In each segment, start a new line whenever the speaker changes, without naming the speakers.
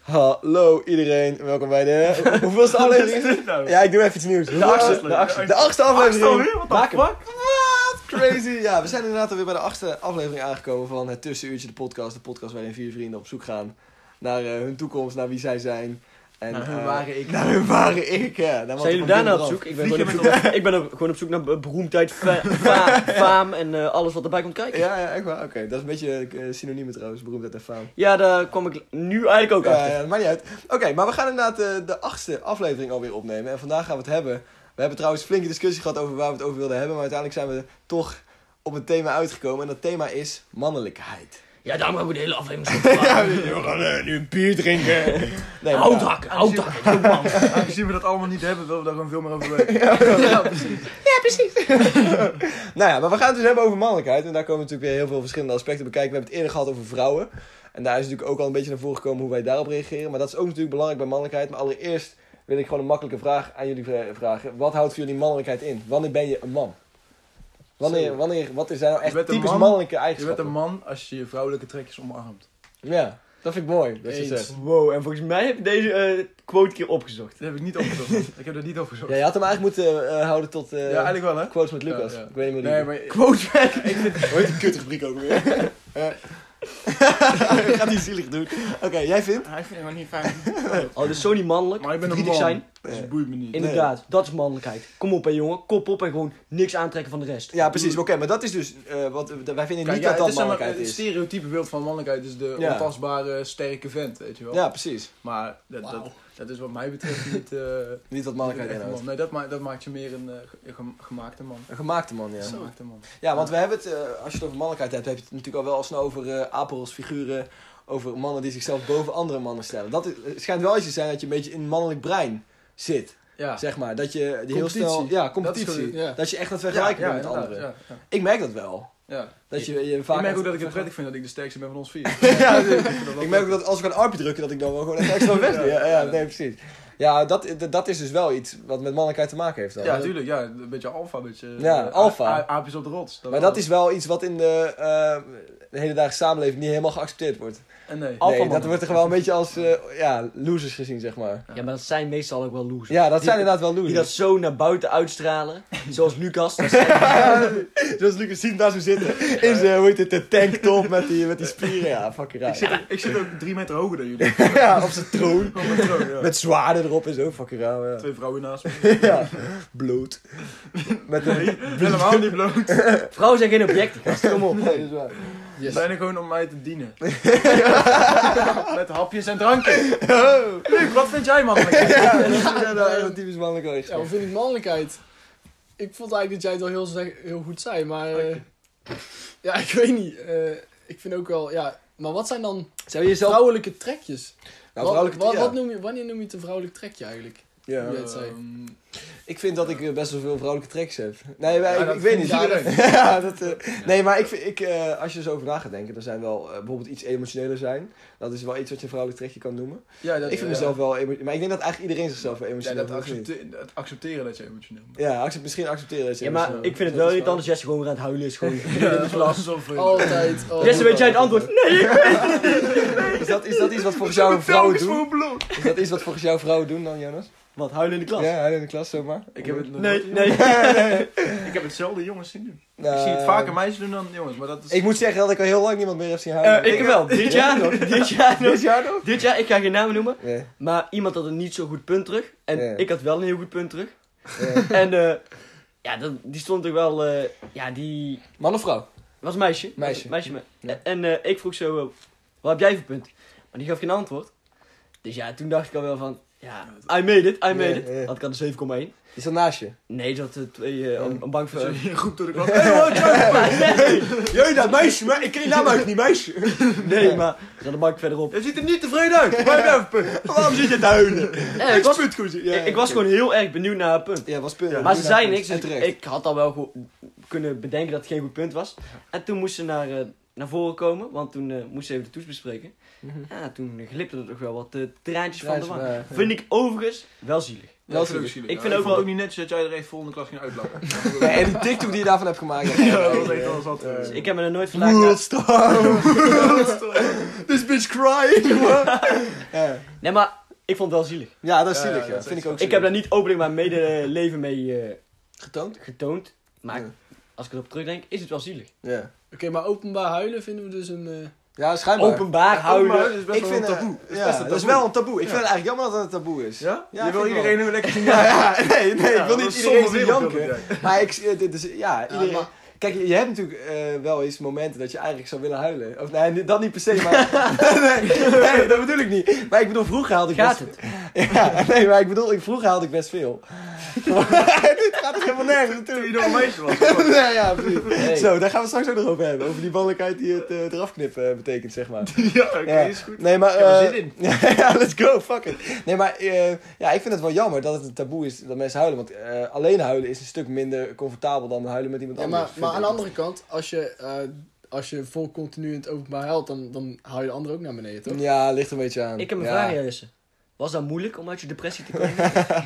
Hallo iedereen, welkom bij de... Hoeveelste aflevering?
dit nou?
Ja, ik doe even iets nieuws. De achtste, de achtste, de achtste aflevering.
Alweer? Wat de fuck?
Wat crazy. Ja, we zijn inderdaad alweer bij de achtste aflevering aangekomen van het Tussenuurtje, de podcast. De podcast waarin vier vrienden op zoek gaan naar eh, hun toekomst, naar wie zij zijn. En,
Naar hun
eh,
ware ik.
Naar hun ware ik, ja. Nou, want
Zijn jullie
er komt
daarna op
donder
zoek?
af.
Ik ben, gewoon op zoek ik ben op- gewoon op zoek naar be- beroemdheid, fa- fa- faam en eh, alles wat erbij komt kijken. Ja,
Ja, ja, echt waar. Oké, dat is een beetje eh, synoniemen trouwens, beroemdheid en faam.
daar kwam ik nu eigenlijk ook
Ja,
achter.
ja, dat maakt niet uit. Oké, maar we gaan inderdaad eh, de achtste aflevering alweer opnemen. En vandaag gaan we het hebben. We hebben trouwens flinke discussie gehad over waar we het over wilden hebben. Maar uiteindelijk zijn we toch op een thema uitgekomen. En dat thema is mannelijkheid.
Ja, daarom hebben we de hele aflevering
Ja, we gaan eh, nu een bier drinken. Nee, maar-
Hout hakken, hout hakken.
Aangezien- Aangezien we dat allemaal niet hebben, willen we daar gewoon veel meer over weten.
Nou ja, maar we gaan het dus hebben over mannelijkheid. En daar komen natuurlijk weer heel veel verschillende aspecten bekijken. We hebben het eerder gehad over vrouwen. En daar is natuurlijk ook al een beetje naar voren gekomen hoe wij daarop reageren. Maar dat is ook natuurlijk belangrijk bij mannelijkheid. Maar allereerst wil ik gewoon een makkelijke vraag aan jullie vra- vragen. Wat houdt voor jullie mannelijkheid in? Wanneer ben je een man? Wanneer,
Zo.
wanneer, wat is daar nou echt
bent een
typisch
man.
mannelijke
Je bent
eigenschappen?
een man als je je vrouwelijke trekjes omarmt.
Ja, dat vind ik mooi. Dat je
Eens.
zegt.
Wow, en volgens mij heb je deze eh, quote een keer opgezocht.
Dat heb ik niet opgezocht. ik heb dat niet opgezocht.
Ja,
Ja,
je had hem eigenlijk moeten eh, houden tot eh,
eigenlijk wel hè?
quotes met Lucas.
Ja, ja.
Ik weet niet meer
Nee,
hoe
maar
Quote weg.
ik vind
die... Hoe heet die kutrubriek ook weer? Gaat die zielig doen. Oké, jij vindt?
Hij vindt het niet fijn.
Oh, dus zo niet mannelijk.
Maar ik ben een man.
Verdrietig zijn.
Dus het boeit me niet.
Inderdaad, dat is mannelijkheid. Kom op hè jongen, kop op en gewoon niks aantrekken van de rest.
Ja, precies. Oké, maar dat is dus... eh, wat, wij vinden
Kijk,
niet
ja,
dat dat
het is zeg maar,
mannelijkheid
het
is.
stereotype beeld van mannelijkheid is de
Ja.
ontastbare, sterke vent, weet je wel.
Ja, precies.
Maar dat, dat, dat is wat mij betreft niet...
Niet
eh,
dat
niet echt
mannelijkheid
een man.
inhoudt.
Nee, dat, ma dat maakt je meer een eh, ge- ge- gemaakte man.
Een gemaakte man, ja.
Gemaakte man.
Ja, want we hebben het... eh, als je het over mannelijkheid hebt, heb je het natuurlijk al wel al snel over eh apels, figuren... Over mannen die zichzelf boven andere mannen stellen. Dat is- het schijnt wel iets te zijn dat je een beetje in een mannelijk brein zit.
Ja.
Zeg maar. Dat je die heel
Competitie.
snel... Ja,
Dat is
competitie.
goed,
Dat, je
ja.
echt aan het vergelijken bent met
inderdaad,
anderen.
Ja, ja.
Ik merk dat wel.
Ja.
Dat je, je vaak...
Ik merk ook dat ik het prettig vind dat ik de sterkste ben van ons vier. Ja,
Ik merk ook dat als ik een armpje druk, dat ik dan wel gewoon echt extra weg doe. Ja, ja, nee, precies. Ja, dat, dat is dus wel iets wat met mannelijkheid te maken heeft dan.
Ja, tuurlijk. Ja, een beetje alfa, een beetje...
Ja,
eh,
alfa.
a- a- Aapjes op de rots.
Maar dat is wel iets wat in de, eh, de hedendaagse samenleving niet helemaal geaccepteerd wordt.
En Eh, nee.
Alpha
Nee, dat
mannen.
wordt er gewoon een beetje als eh, ja, losers gezien, zeg maar.
Ja, maar dat zijn meestal ook wel losers.
Ja, dat zijn
Die-
inderdaad wel
Die dat
losers.
zo naar buiten uitstralen, zoals Lucas. Dat
Zoals Lucas ziet daar zo eh, zitten. In zijn, hoe heet het, de tanktop met die, met die spieren. Ja, fucking
Ik
raar.
zit, ik zit ook drie meter hoger dan jullie.
Ja, op zijn troon.
Gewoon met troon, ja.
Met zwaarden erop en zo, fucking raar. Ja,
Twee vrouwen naast me.
ja. bloot. Met een...
Helemaal niet bloot. Ze
Vrouwen zijn geen objecten, gast. Kom op.
Nee, dat is waar.
zijn er gewoon om mij te dienen. Met hapjes en drankjes.
Oh.
Luc, wat vind jij man?
Ja, nou, echt een typisch mannelijke
Ja,
eigenschap.
wat vind ik mannelijkheid? Ik vond eigenlijk dat jij het wel heel, zeg- heel goed zei, maar... eh, ja, ik weet niet. Eh, ik vind ook wel, ja... Maar wat zijn dan
Zou je jezelf...
vrouwelijke trekjes?
Nou,
Wat-
vrouwelijke...
wat,
ja.
wat noem je, wanneer noem je het een vrouwelijk trekje eigenlijk?
Ja.
Ja. het zei.
Ehm,
Ik vind dat ik eh, best wel veel vrouwelijke tracks heb. Nee, maar ik,
dat
ik weet niet.
vindt iedereen.
ja, dat, eh, nee, maar ik, vind- ik, eh, als je er zo over na gaat denken, dan zijn wel eh, bijvoorbeeld iets emotioneler zijn. Dat is wel iets wat je een vrouwelijk trekje kan noemen.
Ja, dat,
ik vind
ja.
mezelf wel emo- Maar ik denk dat eigenlijk iedereen zichzelf wel
Ja,
emotioneel
dat
vindt, of niet?
accepte- dat accepteren dat je emotioneel bent.
Ja, accep- misschien accepteren dat je
Ja, maar
emotioneel
ik vind het
bent.
wel irritant als Jesse gewoon aan het huilen is. Gewoon in de
Ja,
klas.
alsof... eh,
Altijd. oh.
Jesse, weet jij het antwoord? Nee!
Is Dus dat, is dat Dus iets wat volgens jou vrouwen doen? Is dat iets wat volgens jou vrouwen doen dan, Jonas?
Wat, huilen in de klas?
Ja, hij in de klas. was, zeg maar?
Ik heb het nog
Nee,
nooit-
nee.
Ik heb hetzelfde jongens zien doen.
Nou,
ik zie het vaker meisjes doen dan jongens, maar dat is...
Ik moet zeggen dat ik al heel lang niemand meer heb zien huilen.
Eh, ik wel. Dit jaar nog. Dit jaar nog.
Dit jaar nog?
Dit jaar, ik ga geen namen noemen.
Nee.
Maar iemand had een niet zo goed punt terug. En
Ja.
ik had wel een heel goed punt terug.
nee.
En eh, ja, dat, die stond toch wel... eh, ja, die
Man of vrouw?
was een meisje.
Meisje.
meisje me-
Ja.
En eh, ik vroeg zo, eh, wat heb jij voor punt? Maar die gaf geen antwoord. Dus ja, toen dacht ik al wel van... Ja, I made it, I made
Ja,
it.
ja.
Had ik aan de 7,1.
Die zat naast je.
Nee, dat had eh, twee, eh, een, een bank voor...
Zo, je roept door de klas.
Hey, wat is jouw punt?
Jee, dat meisje, maar ik ken je naam uit niet, meisje.
Nee, nee, maar... Dan de bank verderop.
Je ziet er niet tevreden uit. Waar heb jij een punt?
Waarom zit je te huilen?
Eh, ik was,
punt goed.
ik, ik was gewoon heel erg benieuwd naar haar punt.
Ja, was punt.
maar ze zei niks,
En
dus
terecht.
ik had al wel go- kunnen bedenken dat het geen goed punt was. En toen moest ze naar, eh, naar voren komen, want toen eh, moest ze even de toets bespreken.
Mhm.
Ja, toen glipte er toch wel wat eh traantjes van de
Trouwens,
wang.
maar-
Vind ik overigens wel zielig.
Dat is
Ja,
leuk.
zielig.
Ik
Ja,
vind ook
vond
wel-
niet netjes dat jij er echt volgende klas ging uitlachen.
Ja, en die TikTok die je daarvan hebt gemaakt. Ja,
Ja, dat was echt wel zat.
Dus
eh.
ik heb me er nooit vandaag...
Worldstar. This bitch crying. ja.
Nee, maar ik vond het wel zielig.
ja, dat is
Ja,
zielig.
ja,
Ja,
dat
vind
is
ik ook
Ik
zielig.
heb daar niet openlijk mijn medeleven mee eh,
getoond.
getoond, maar
Ja.
als ik erop terugdenk, is het wel zielig.
Ja.
maar openbaar huilen vinden we dus een... eh,
Ja, schijnbaar.
Openbaar houden.
is
ik vind
een
eh,
taboe.
ja, dat is wel een taboe. Ik vind het eigenlijk jammer dat het een taboe is.
Ja?
Ja,
je wil
vind ik
iedereen nu lekker zien
Ja, ja, nee, nee, ik
Ja,
wil
dat
niet
is
iedereen
zonde
zien
wereld, wil
janken. Maar ik, eh, dit is, ja, iedereen-
maar-
Kijk, je, je hebt natuurlijk eh, wel eens momenten dat je eigenlijk zou willen huilen. Of nee, dat niet per se, maar... nee, nee, dat bedoel ik niet. Maar ik bedoel, vroeger haalde ik
Gaat
best...
het?
Ja, nee, maar ik bedoel, ik, vroeger haalde ik best veel. Dit gaat er helemaal nergens
Toen
naartoe.
je nog een meisje was.
nee, ja, precies.
Nee.
Zo, daar gaan we straks ook nog over hebben. Over die mannelijkheid die het eh, eraf knippen eh, betekent, zeg maar.
Ja, oké,
Ja.
is goed.
Nee, maar...
Ik heb er
eh,
zin in.
ja, let's go, fuck it. Nee, maar eh, ja, ik vind het wel jammer dat het een taboe is dat mensen huilen. Want eh, alleen huilen is een stuk minder comfortabel dan huilen met iemand
Ja,
anders.
maar,
vind
maar aan de
ik.
andere kant, als je, eh, als je vol continu in het openbaar huilt, dan, dan haal je de ander ook naar beneden, toch?
Ja, ligt een beetje aan.
Ik heb een
ja.
vraag aan jou, Jesse. Was dat moeilijk om uit je depressie te komen?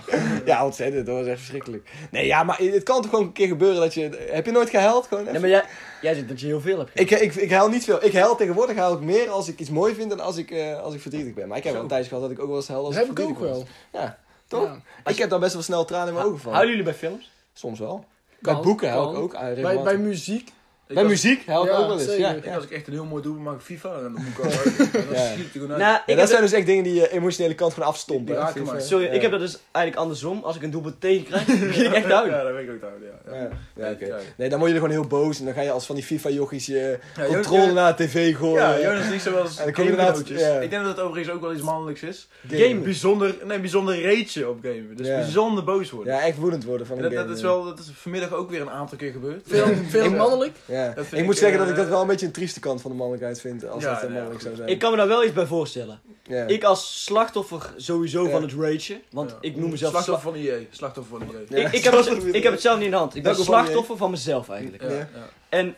Ja, ontzettend. Dat was echt verschrikkelijk. Nee, ja, maar het kan toch gewoon een keer gebeuren dat je... Heb je nooit gehuild? Gewoon even?
Nee, maar jij, jij zegt dat je heel veel hebt gedaan.
ik, ik, ik huil niet veel. Ik huil tegenwoordig huil ik meer als ik iets mooi vind dan als ik, eh, als ik verdrietig ben. Maar ik heb wel een tijdje gehad dat ik ook wel eens huil als
Dat
ik
heb ik ook
verdrietig
wel.
was. Ja, toch?
Ja.
Ik heb daar best wel snel tranen in mijn ogen van.
Huilen jullie bij films?
Soms wel. bij
Kan,
boeken huil ik
kan.
ook. eh,
Bij,
regelmatig.
bij muziek,
Ik
bij
was-
muziek huil ik
Ja,
ook wel eens.
zeker.
Ja,
Ik
Ik,
ja.
als ik echt een heel mooi doel maak, FIFA, en dan moet ik wel uit. En dan
Ja.
schiet ik er gewoon uit.
Nou, ik
Ja,
heb
dat zijn dus echt dingen die je emotionele kant van afstompen.
Die
hè.
raken mij.
Sorry,
Ja.
ik heb dat dus eigenlijk andersom. Als ik een doelpunt tegenkrijg, begin ik echt te huilen.
Ja, dat weet ik ook daar. Ja, ja.
Ja, ja, oké.
Ja.
Nee, dan word je er gewoon heel boos en dan ga je als van die FIFA-jochies je
Ja,
controle
Jonas-
naar de tv gooien.
Ja, Jonas is niet zo wel eens
En dan kom je inderdaad-
gamegenootjes.
ja.
Ik denk dat het overigens ook wel iets mannelijks is.
Game.
Een Bijzonder, nee, bijzonder reetje op gamen. Dus
Ja.
bijzonder boos worden.
Ja, echt woedend worden van
En
een
dat,
game. eh.
dat, is wel, dat is vanmiddag ook weer een aantal keer gebeurd.
veel, veel
Ja.
mannelijk.
Ja.
Dat
Ik,
vind
moet
ik,
zeggen
eh,
dat ik dat wel een beetje een trieste kant van de mannelijkheid vind. Als
Ja,
dat eh,
ja,
mannelijk zou
goed.
zijn.
Ik kan me daar wel iets bij voorstellen.
Ja.
Ik als slachtoffer sowieso
Ja.
van het ragen. Want
Ja.
ik noem mezelf... sla-
Slachtoffer van IE. Slachtoffer van E. IE.
Ja.
ik, ik, heb het, ik heb het zelf niet in de hand. Ik ben
Welke van die-
slachtoffer van mezelf eigenlijk.
Ja,
Ja.
ja.
En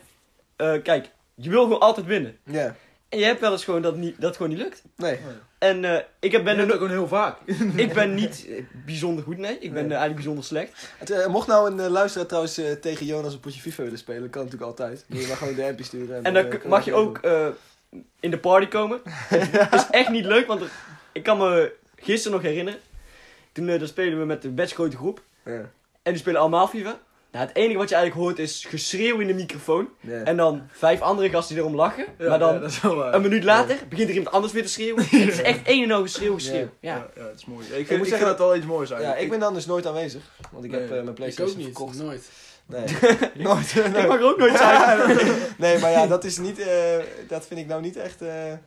eh, kijk, je wil gewoon altijd winnen.
Ja.
En je hebt wel eens gewoon dat, niet, dat gewoon niet lukt.
Nee.
En eh, ik, heb- ben
Ben
er
dat ook
no-
gewoon heel vaak.
ik ben niet eh, bijzonder goed, nee. Ik ben eh,
Nee.
eigenlijk bijzonder slecht.
Het, eh, mocht nou een eh, luisteraar trouwens eh, tegen Jonas een potje FIFA willen spelen, kan natuurlijk altijd. Moet je maar gewoon een DM'je sturen.
En dan
eh,
k-
kan
mag je
dat
ook eh, in de party komen. Het is echt niet leuk, want er- ik kan me gisteren nog herinneren. Toen eh, dan spelen we met de best grote groep.
doen. Ja.
En die spelen allemaal FIFA. Nou, het enige wat je eigenlijk hoort is geschreeuw in de microfoon.
Ja.
En dan vijf andere gasten die erom lachen. maar dan
ja, dat is wel eh, waar.
een minuut later begint er iemand anders weer te schreeuwen. het is echt één en al geschreeuw, geschreeuw.
Ja,
Ja.
ja, dat is mooi. Ik, vind,
moet
ik vind
zeggen-
dat wel iets moois
Ja,
eigenlijk.
ik ben dan dus nooit aanwezig, want ik
Nee.
heb eh, mijn
Ik
PlayStation
ook niet,
verkocht.
nooit.
Nee, nooit. nee.
Ik mag er ook nooit zijn.
nee, maar ja, dat is niet, eh, dat vind ik nou niet echt, eh, dat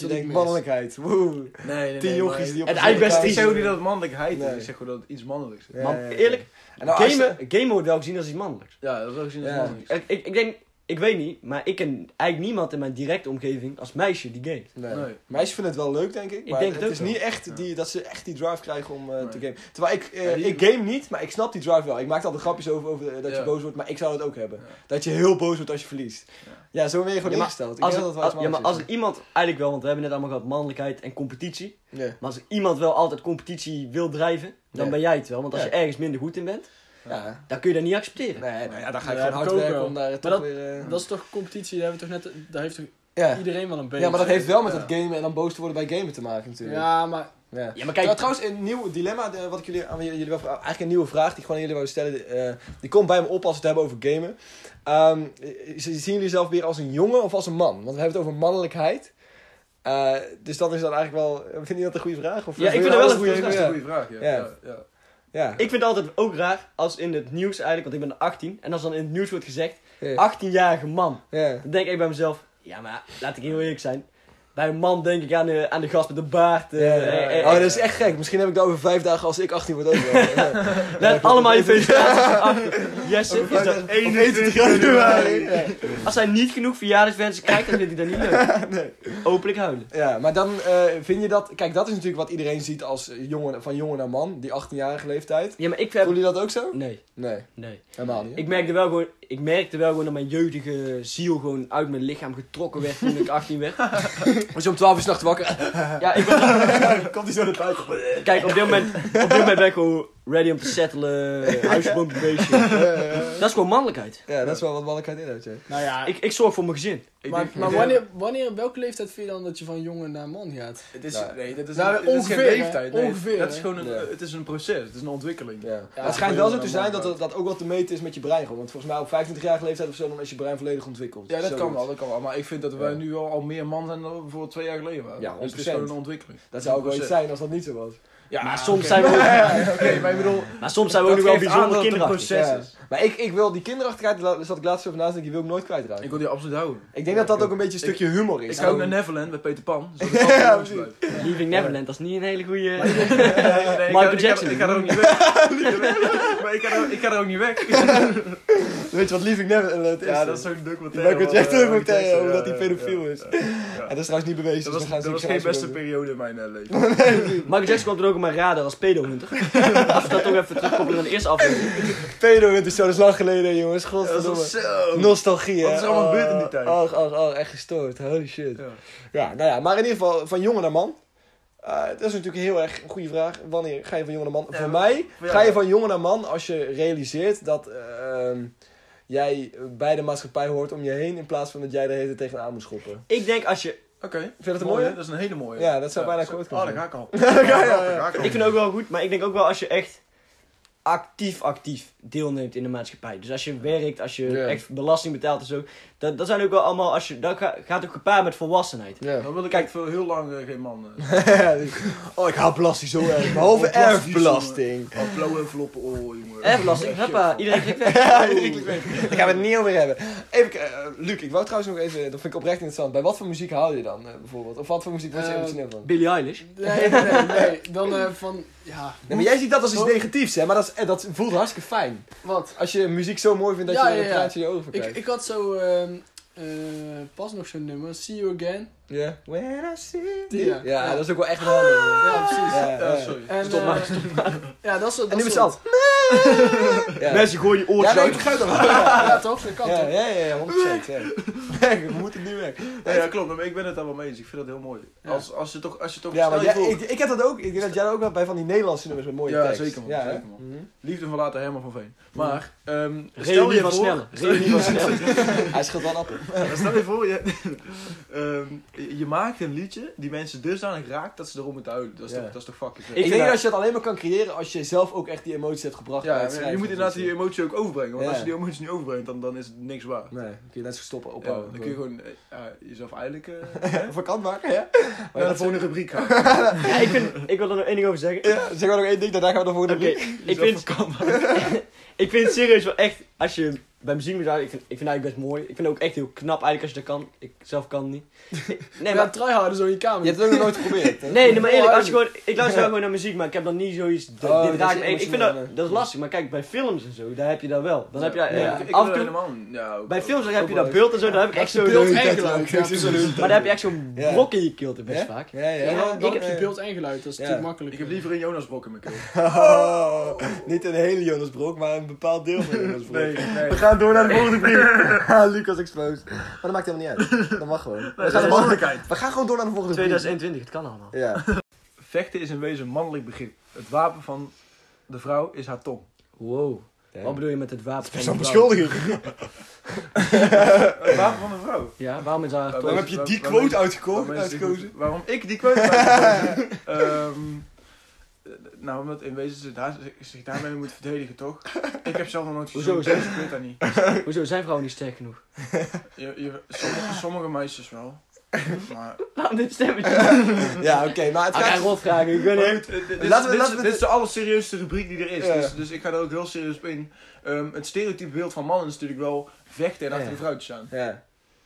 je
wat ik
denkt,
mis.
mannelijkheid, woe.
Nee, nee, nee,
Tien
maar-
jochies die op
En
de
eigenlijk best
zolderkamer
Ik zeg ook
zitten.
niet dat het mannelijkheid is.
Nee.
Ik zeg gewoon dat het iets mannelijks is.
Ja,
Man,
ja, ja.
eerlijk,
En nou, als je-
gamen, gamen wordt wel gezien als iets mannelijks.
Ja, dat is ook gezien als
Ja.
mannelijks.
Ik, ik, ik denk, ik weet niet, maar ik ken eigenlijk niemand in mijn directe omgeving als meisje die gamet.
Nee.
Nee.
Meisjes vinden het wel leuk, denk ik.
Ik
Maar
denk
het
het
is
ook
niet
wel.
echt die, dat ze echt die drive krijgen om eh, te
Nee.
gamen. Terwijl ik, eh,
Ja, die-
ik game niet, maar ik snap die drive wel. Ik maak er altijd grapjes over, over eh, dat je
Ja.
boos wordt, maar ik zou dat ook hebben.
Ja.
Dat je heel boos wordt als je verliest. Ja, zo ben je gewoon
Ja, maar
ingesteld. Ik
Als
denk
er,
dat dat
als-
wel
ja,
iets
maar
makkelijks
als er iemand, eigenlijk wel, want we hebben net allemaal gehad mannelijkheid en competitie.
is. Ja.
Maar als er iemand wel altijd competitie wil drijven, dan
Ja.
ben jij het wel. Want als
Ja.
je ergens minder goed in bent,
Ja.
dan kun je dat niet accepteren.
Nee, nou ja, dan ga ik
Ja,
gewoon
dat
hard
ook
werken
wel.
om daar eh,
Maar
toch weer... eh,
Dat is toch competitie, daar, hebben we toch net, daar heeft toch
ja.
iedereen wel een beetje.
ja, maar dat heeft wel met
Ja.
dat gamen en dan boos te worden bij gamen te maken natuurlijk.
Ja, maar
Ja.
Ja, maar kijk,
Nou, trouwens, een nieuw dilemma eh, wat ik jullie, aan jullie wil vragen. Eigenlijk een nieuwe vraag die ik gewoon aan jullie wou stellen. eh, die komt bij me op als we het hebben over gamen. Ehm, eh, zien jullie zelf meer als een jongen of als een man? Want we hebben het over mannelijkheid. Eh, dus dat is dan eigenlijk wel... Vind je dat een goede vraag? Of
Ja, ik
je
vind
dat
het wel
een goede
Dat is
vraag.
een goede vraag, ja.
Ja.
ja, ja.
Ja.
ik vind het altijd ook raar als in het nieuws eigenlijk, want ik ben 18, en als dan in het nieuws wordt gezegd,
Ja.
18-jarige man.
Ja.
Dan denk ik bij mezelf, ja maar laat ik heel eerlijk zijn. Bij een man denk ik aan de, aan de gast met de baard. eh,
Ja, ja,
eh,
ja.
eh,
Oh, dat is echt gek. Misschien heb ik dat over vijf dagen als ik 18 word ook wel. Ja.
Let allemaal je felicitaties achter. Jesse
Over
is
vijf
dat
dagen-
21
januari. Ja.
Als hij niet genoeg verjaardagswensen krijgt, dan vindt hij dat niet leuk. Openlijk huilen.
Ja, maar dan eh, vind je dat... Kijk, dat is natuurlijk wat iedereen ziet als eh, jongen, van jongen naar man. Die 18-jarige leeftijd.
Ja, maar ik
Voelen
heb...
jullie dat ook zo?
Nee,
Nee,
nee.
helemaal niet. hè?
Ik merkte wel gewoon, ik merkte wel gewoon dat mijn jeugdige ziel gewoon uit mijn lichaam getrokken werd toen ik 18 werd.
Als je om 12 uur s'nachts wakker.
Ja, ik was,
Komt hij zo naar buiten?
kijk, op dit, moment, op dit moment ben ik gewoon ready om te settelen, huisgebonden beestje. Dat is gewoon mannelijkheid.
Ja, dat is wel wat mannelijkheid inhoudt, ja.
Nou ja,
Ik, ik zorg voor mijn gezin.
Ik
maar,
denk-
maar
ja.
wanneer, wanneer, welke leeftijd vind je dan dat je van jongen naar man gaat?
Het is,
Nou,
nee, dat is,
nou,
niet- dat is
ongeveer,
geen leeftijd.
hè?
Nee,
Ongeveer,
dat is
hè?
gewoon een,
Ja.
Het is een proces, het is een ontwikkeling.
Ja.
Ja,
het schijnt wel zo te
ja,
zijn dat
ja.
dat, dat ook wel te meten is met je brein. Gewoon. Want volgens mij op 25-jarige leeftijd of zo, dan is je brein volledig ontwikkeld.
Ja, dat
Zoiets.
kan wel, dat kan wel. Maar ik vind dat wij
Ja.
nu wel al meer man zijn dan we bijvoorbeeld twee jaar geleden waren.
Ja,
Dus het is
100%.
gewoon een ontwikkeling.
Dat zou ook wel iets
100%.
zijn als dat niet zo was.
Ja,
Maar soms
oké.
zijn we ook-
Ja, ja, Oké, maar ik bedoel...
Maar soms zijn we ook nog wel bijzondere kinderen.
Ja. Maar ik, ik wil die kinderachtigheid, daar zat ik laatst over naast, denk ik, die wil ik nooit kwijtraken.
Ik
Ik,
wil die absoluut houden.
denk dat dat ook een beetje een stukje humor
Ik
is.
ga ook naar
Gewoon-
Neverland met Peter Pan. zodat het altijd jongens
precies.
blijft.
Leaving Neverland, dat is niet een hele goede.
Nee, nee, nee, ik
Michael
ga- ik ga-
Jackson.
Ik ga er ook niet weg. Maar ik ga er- ik ga er ook niet weg.
Weet je wat Leaving Neverland is?
Ja, dat is
hè?
zo'n
Die
documentaire.
Michael
van, eh,
Jackson documentaire
Jackson,
over
ja,
dat hij
ja,
pedofiel
eh, ja,
is.
ja.
En dat is trouwens niet bewezen.
Dat
dus dan
was, dat
gaan
was
ze
geen beste
periode.
periode in mijn eh, leven.
Michael Jackson komt er ook op mijn radar als pedohunter. Als we dat toch even terugkoppelen aan de eerste aflevering.
Pedo, het is zo dat is lang geleden, jongens.
Dat
Godverdomme.
was zo.
Nostalgie, hè?
Wat is er allemaal
Oh,
gebeurd in die tijd?
Och, och, och, echt gestoord. Holy shit. Ja.
Ja.
nou ja, maar in ieder geval, van jongen naar man. Eh, dat is natuurlijk heel erg een goede vraag. Wanneer ga je van jongen naar man?
Ja,
voor
maar-
mij
ja.
ga je van jongen naar man als je realiseert dat ehm, jij bij de maatschappij hoort om je heen. In plaats van dat jij de hele tijd tegenaan moet schoppen.
Ik denk als je.
Oké.
Vind je dat een
Mooi,
mooie?
hè? Dat is een hele mooie.
Ja, dat zou bijna
zo-
kort
Oh,
kunnen
daar ga
zijn.
ik al. Daar ga ik al, daar ga ik al.
Ik vind het ook wel goed, maar ik denk ook wel als je echt actief, actief deelneemt in de maatschappij. Dus als je werkt, als je
Ja.
echt belasting betaalt en zo. Dat, dat zijn ook wel allemaal. Als je, dat ga- gaat ook gepaard met volwassenheid.
Ja.
Dan wil ik
Kijk.
eigenlijk voor heel lang eh, geen man. eh.
oh, ik haal belasting zo erg. Behalve
Oh, belasting,
erfbelasting.
Oh, blauwe enveloppen, oh jongen.
En belasting, huppa, iedereen klikt weg.
Ja, ik weet het. Daar gaan we het niet over hebben. Even, eh, Luc, ik wou trouwens nog even, dat vind ik oprecht interessant. Bij wat voor muziek hou je dan eh, bijvoorbeeld? Of wat voor muziek word je
Eh,
emotioneel van?
Billie Eilish.
Nee, nee, nee. nee. Dan eh, van, ja,
Nee, maar jij ziet dat als iets
Oh.
negatiefs, hè? Maar dat, is, eh, dat voelt hartstikke fijn.
wat?
Als je muziek zo mooi vindt dat
Ja,
je
ja,
er een
ja.
plaatje in je ogen van
Ik,
krijgt.
ik had zo ehm, eh, pas nog zo'n nummer, See You Again.
Ja. When I see
Die,
ja.
ja.
dat is ook wel echt een handige.
Ja, precies.
Ja, ja.
Eh, sorry.
En,
Stop maar,
eh, Ja, dat is dat
En nu
soort-
is het ja.
Mensen gooien je
Ja,
oortjes
nee, ik
uit.
begrijp dat wel.
Ja, toch? Dat kan
Ja,
toch?
ja, ja, ja, 100%. Ja. Nee, we moeten nu weg.
Nee, ja, klopt. Maar ik ben het daar wel mee eens. Ik vind dat heel mooi.
Ja.
Als, als je toch... Als je toch
Ja,
stel
maar
je
jij,
voor-
ik, ik heb dat ook. Ik denk dat jij dat ook wel bij van die Nederlandse nummers met mooie
Ja,
tekst.
zeker, man.
Ja, hè?
Zeker, man.
Mhm.
Liefde van later Herman van Veen. Maar, ehm stel
Reunie
je
van
voor...
Snelle. Reunie van Snelle.
Hij scheelt wel een appel.
Maar stel je voor, je, ehm, je- je maakt een liedje die mensen dusdanig raakt dat ze erom moeten huilen. Dat is,
Ja.
toch, dat is toch fucking vet?
Ik,
Ik
denk
vind
dat je dat alleen maar kan creëren als je zelf ook echt die emotie hebt gebracht.
ja,
bij
maar
het
je
schrijven
moet
van
inderdaad
zoiets.
die emotie ook overbrengen. Want
Ja.
als je die emotie niet overbrengt, dan, dan is het niks waar.
Nee, dan kun je net zo stoppen,
Ja,
ophouden.
dan kun je gewoon eh, ja, jezelf eigenlijk eh, hè,
Voor kant maken, hè?
naar de
dat-
volgende rubriek gaan.
Ja, ik, vind, ik wil er nog één ding over zeggen.
Ja, zeg maar nog één ding, daarna gaan we naar de volgende
Oké,
week.
ik vind... ik vind het serieus wel echt, als je bij muziek moet houden, ik vind, ik vind het eigenlijk best mooi. Ik vind het ook echt heel knap eigenlijk als je dat kan. Ik zelf kan het niet. Nee,
Ja, maar
maar...
tryharden zo in je
Je
kamer.
hebt het ook nog nooit geprobeerd. hè?
Nee, nee, maar eerlijk, als je gewoon, ik luister wel gewoon naar muziek, maar ik heb dan niet zoiets, dat-
Oh, dat
dit raakt
is
me echt- Ik vind
emotioneel,
dat, dat is lastig, maar kijk, bij films en zo, daar heb je dat wel. Dan heb je, eh,
Nee, ik- ik
af en
wil
toe-
helemaal niet. Ja, ook-
bij
ook-
films dan heb je
ook
dat
leuk.
beeld en zo, daar heb ik echt zo'n,
beeld
maar
en
dat
geluid.
leuk,
Ja, absoluut.
daar heb je echt zo'n
Ja.
blok in je keel te best
Ja.
vaak.
Ja, ja.
Ja,
ja,
dan, dan heb je
eh,
beeld en geluid, dat is
ja.
natuurlijk makkelijk.
Ik heb liever een Jonas Brok in mijn keel.
Oh, niet een hele Jonas Brok, maar een bepaald deel van Jonas Brok.
Nee, nee.
We gaan door naar de volgende brief. Ha, Lucas exposed. Maar dat maakt helemaal niet uit. Dat mag gewoon. We gaan,
de
gewoon-
mannelijkheid.
we gaan gewoon door naar de volgende brief.
2021, het kan allemaal.
Ja.
Vechten is in wezen een mannelijk begrip. Het wapen van de vrouw is haar tong.
Wow. Wat bedoel je met het wapen?
Best
van
wel
de vrouw?
beschuldiging.
Het wapen van een vrouw.
Ja, waarom is daar
Waarom
toch-
Waarom heb je die quote uitgeko- uitgekozen?
Waarom ik die quote uitgekozen? Ehm, eh, nou, omdat in wezen ze daar, zich- zich daarmee moet verdedigen, toch? Ik heb zelf nog nooit
Hoezo?
gezongen, dus ik weet dat niet.
Hoezo zijn vrouwen niet sterk genoeg?
Je, je, sommige, sommige meisjes wel. Maar,
Waarom dit stemmetje?
Ja, oké, maar het
Ik ga
gaat...
rotvragen, ik ben
Maar
hem.
goed, eh, dit- dit,
Laten we-
dit-
laten we-
dit is de allerserieuste rubriek die er is,
Ja.
dus, dus ik ga er ook heel serieus op in. Ehm, het stereotype beeld van mannen is natuurlijk wel vechten en achter
Ja.
een vrouwtje staan.
Ja.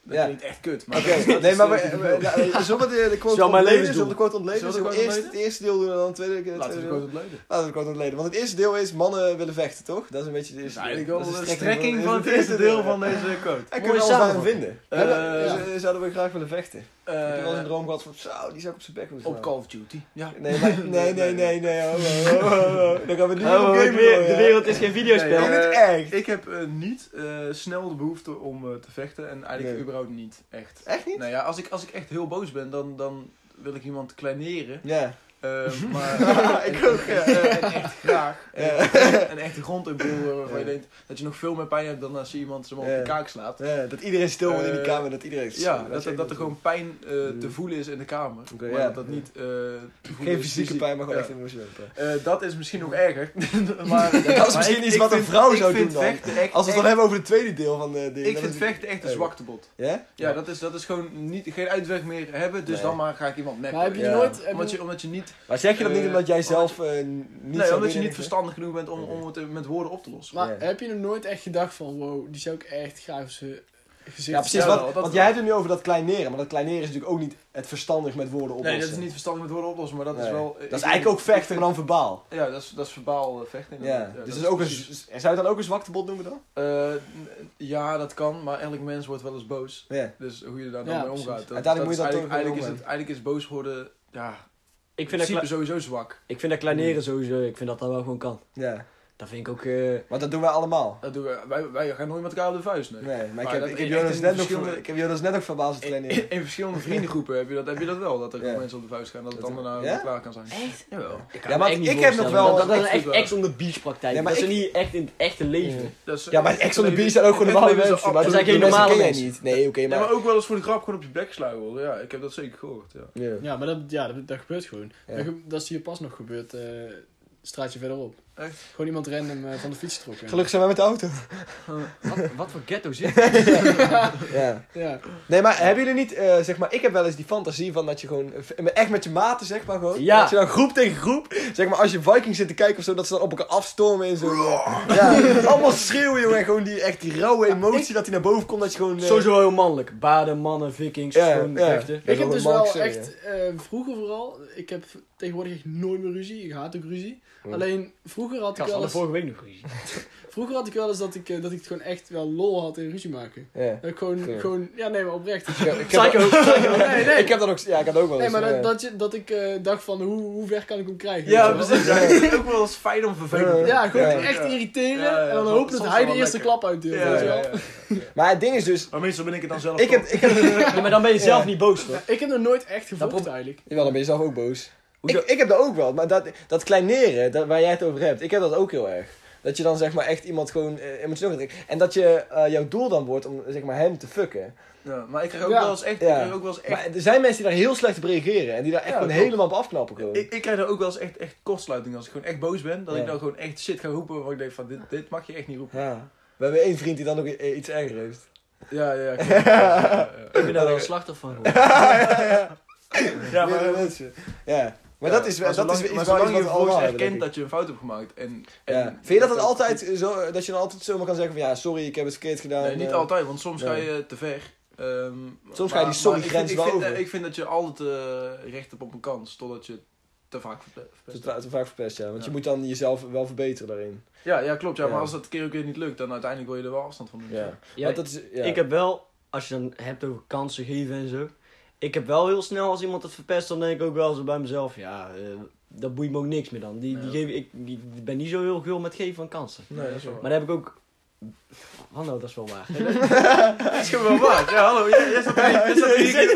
Dat
Ja.
klinkt echt kut, maar...
Oké,
dat is- dat
nee,
is eh,
maar we,
het stereotype beeld.
we- we- zullen we de, de quote
Zal mijn
ontleden?
levensdoel.
Zullen we de quote ontleden?
Zullen we de
Zullen we
quote
eerst het
ontleden?
eerste deel doen en dan het tweede, het
Laten we
tweede
de
deel?
quote ontleden.
Laten we de quote ontleden. Want het eerste deel is mannen willen vechten, toch? Dat is een beetje het
Dat is
eerste
eigenlijk
deel.
wel
Dat
de
is
strekking van het eerste deel van deze quote.
En
Mooie
kunnen we ons daarin
samenvatting.
vinden?
Eh,
Hebben- z- Zouden we graag willen vechten? Heb je wel eens een
Eh,
droom gehad van, zo, die zou ik op zijn bek moeten
Op
slaan?
Call of Duty. Ja.
Nee, maar- nee, nee, nee, nee, oh, ho, ho, ho, ho, ho. Dan gaan we nu
Oh,
op
de
game
wereld- de wereld is geen videospel.
In
Nee,
het
eh,
echt.
Ik heb eh, niet eh, snel de behoefte om eh, te vechten en eigenlijk
Nee.
überhaupt niet echt.
Echt niet?
Nou ja, als ik, als ik echt heel boos ben, dan, dan wil ik iemand kleineren.
Ja.
Eh, maar
Ik
en-
ook,
en- eh, en echt graag.
Ja.
En, en echt de grond inboeren waarvan je
Ja.
denkt dat je nog veel meer pijn hebt dan als je iemand zomaar op
Ja.
de kaak slaat.
Ja, dat iedereen stil wordt in die
Eh,
kamer, dat iedereen...
Ja, dat,
is
dat, dat er gewoon pijn eh, te
Mm.
voelen is in de kamer.
Oké,
maar
ja.
dat dat niet eh, te voelen
Geen
is
fysieke
fysiek.
pijn, maar gewoon
Ja.
echt emotioneel pijn.
Eh, dat is misschien nog erger. maar,
Ja, dat is
maar
misschien
ik-
iets
ik
wat een
vind-
vrouw
ik
zou
vind
doen dan.
vechten echt-
Als we het dan
echt-
hebben over het tweede deel van de ding.
Ik
dan
vind
is-
vechten echt een
Eh,
zwakte bot.
Ja?
Ja, dat is, dat is gewoon niet, geen uitweg meer hebben, dus
Nee.
dan maar ga ik iemand meppen.
Maar heb je
Ja.
nooit... Heb
omdat,
je,
je, omdat je niet,
Maar zeg je dat niet
Eh,
omdat jij zelf eh, niet
nee,
zou
omdat je
willen-
niet verstandig genoeg bent om, om het eh, met woorden op te lossen.
maar
Ja.
heb je er nooit echt gedacht van, wow, die zou ik echt graag op zijn gezicht...
Ja, precies.
Ja,
want
wel, dat
want
wel.
jij hebt het nu over dat kleineren, maar dat kleineren is natuurlijk ook niet het verstandig met woorden oplossen.
nee, dat is niet verstandig met woorden oplossen, maar dat is
Nee.
wel...
Dat is eigenlijk ook vechten, maar dan verbaal.
Ja, dat is, dat is verbaal eh, vechten.
Ja,
inderdaad.
dus dat is ook een,
precies.
z- zou je het dan ook een zwaktebod noemen dan?
Eh, n- ja, dat kan, maar elk mens wordt wel eens boos.
Ja.
Dus hoe je daar dan
Ja,
mee
precies.
omgaat. Dat,
Uiteindelijk moet je
is
dat
eigenlijk,
toch wel
eigenlijk is
doen,
het, eigenlijk is boos worden, ja,
Ik
in
vind, dat
principe
kle-
sowieso zwak.
ik vind dat kleineren sowieso, ik vind dat dat wel gewoon kan.
Ja.
Dat vind ik ook... eh,
Want dat doen wij allemaal.
Dat doen we, wij, wij gaan nooit met elkaar op de vuist, nee.
Nee, maar ik
Maar
heb,
dat
ik
is
heb,
echt
Jonas
een
net nog,
verschil-
ver- ik heb Jonas net nog verbaasd als
In,
kleineren.
in verschillende vriendengroepen heb je dat, heb je dat wel, dat er
Ja.
gewoon mensen op de vuist gaan, dat het
Dat-
dan daarna
ja?
klaar kan zijn.
Echt?
Jawel.
Ik kan
Ja,
me
want
echt niet
ik heb nog
voorstellen,
wel-
want Dat, dat
echt
is echt
wel.
ex on the beach praktijk.
Nee, maar
dat
ik-
is niet echt in het echte leven.
Dat is-
Ja, maar ex on the beach zijn ook gewoon dus
Echt
normale
leven is
mensen.
een
maar
ander-
zijn geen
mensen
normale
ken jij
mensen.
niet. Nee, oké,
Ja, maar
maar...
ook wel eens voor de grap gewoon op je bek sluipen worden. Ja, ik heb dat zeker gehoord. Ja.
Ja.
Ja, maar dat, ja, dat, dat gebeurt gewoon.
Ja.
Dat, ge- dat is hier pas nog gebeurd, eh straatje verderop.
Echt?
Gewoon iemand random eh, van de fiets trokken.
Gelukkig zijn wij met de auto.
Wat, wat voor ghetto zit
Ja.
Ja.
Nee, maar hebben jullie niet, eh, zeg maar, ik heb wel eens die fantasie van dat je gewoon, eh, echt met je maten, zeg maar gewoon.
Ja.
Dat je dan groep tegen groep, zeg maar, als je Vikings zit te kijken of zo, dat ze dan op elkaar afstormen en zo.
Oh.
Ja, allemaal schreeuwen, jongen. En gewoon die, echt die rauwe emotie dat die naar boven komt, dat je gewoon... eh,
Sowieso wel heel mannelijk. Baden, mannen, vikings,
Ja,
gewoon
ja.
vechten.
Dat
Ik
is
heb
wel
dus
een
wel
Mark Zimmer,
echt, eh, vroeger vooral, ik heb tegenwoordig echt nooit meer ruzie. Ik haat ook ruzie.
Ja.
Alleen vroeger had
Ik
ik
had
wel eens,
vorige week nog ruzie.
vroeger had ik wel eens dat ik, eh, dat ik het gewoon echt wel lol had in ruzie maken.
Ja.
Dat ik gewoon,
Ja.
gewoon, ja nee maar oprecht.
Ik heb, ik heb
Psycho.
nee, nee.
Ik heb dat ook, ja, ik heb Oh, dat ook wel
Nee,
eens.
maar
ja.
dat, dat, je, dat ik eh, dacht van hoe, hoe ver kan ik hem krijgen?
Ja,
weet je
precies.
wel?
Ja. Het is ook wel eens fijn om vervelend te
Ja, gewoon
Ja.
echt irriteren
Ja, ja,
en dan
soms-
hopen dat
soms
hij de
wel
eerste
lekker.
klap uitdeelt.
Ja,
weet je
ja,
wel.
ja.
Maar het ding is dus,
Maar meestal ben ik het dan zelf
ik heb,
toch.
ik heb,
Ja, maar dan ben je zelf
Ja.
niet boos toch?
Ik heb nog nooit echt gevochten
probeer-
eigenlijk.
jawel, dan ben je zelf ook boos. Ik,
Hoezo?
ik heb dat ook wel, maar dat, dat kleineren, dat, waar jij het over hebt, ik heb dat ook heel erg. Dat je dan zeg maar echt iemand gewoon eh, emotioneel gaat trekken. En dat je, eh, jouw doel dan wordt om zeg maar hem te fucken.
Ja, maar ik krijg ook
Ja.
wel eens echt.
Ja.
Ik krijg ook wel eens echt.
Maar er zijn mensen die daar heel slecht op reageren en die daar echt
Ja,
gewoon
klopt.
helemaal op afknappen gewoon.
Ik, ik krijg er ook wel eens echt, echt kortsluiting als ik gewoon echt boos ben. Dat
Ja.
ik dan gewoon echt shit ga roepen waarvan ik denk van dit, dit mag je echt niet roepen.
Ja. We hebben één vriend die dan ook i- i- iets erger heeft.
Ja, ja, klopt. ja. ja, ja.
Ik ben daar wel een slachtoffer van geworden.
ja, ja.
Ja,
Meerdere
maar
mensen. Ja. Maar dat is, wel- dat
zolang,
is
maar
iets waar
zolang
je
je vervolgens
van
erkent dat je een fout hebt gemaakt. En, en
ja. Vind je dat het altijd zo, dat je dan altijd zomaar kan zeggen van ja, sorry, ik heb het verkeerd gedaan.
Nee, niet
eh,
altijd, want soms ga je te ver. Ehm,
Soms ga
maar-
je die sorry
maar ik
grens
vind-
wel
ik vind,
over.
eh, Ik vind dat je altijd eh, recht hebt op een kans, totdat je te vaak verple-
Te,
verpest.
va- te vaak verpest, ja. Want je
Ja.
moet dan jezelf wel verbeteren daarin.
Ja, ja, klopt. Ja,
Ja.
Maar als dat keer ook weer niet lukt, dan uiteindelijk wil je er wel afstand van doen.
Ja.
Ja,
Want dat is, ja.
Ik heb wel, als je dan hebt over kansen geven en zo. Ik heb wel heel snel als iemand het verpest, dan denk ik ook wel zo bij mezelf. Ja, eh, dat boeit me ook niks meer dan. Die, die
Nee.
geef, ik die, ik ben niet zo heel gul met geven van kansen.
Nee, dat is wel
Maar dan heb ik ook Hanno, dat is wel waar.
Dat is gewoon waar. Ja, hallo. Jij jij zat hier- jij zat hier-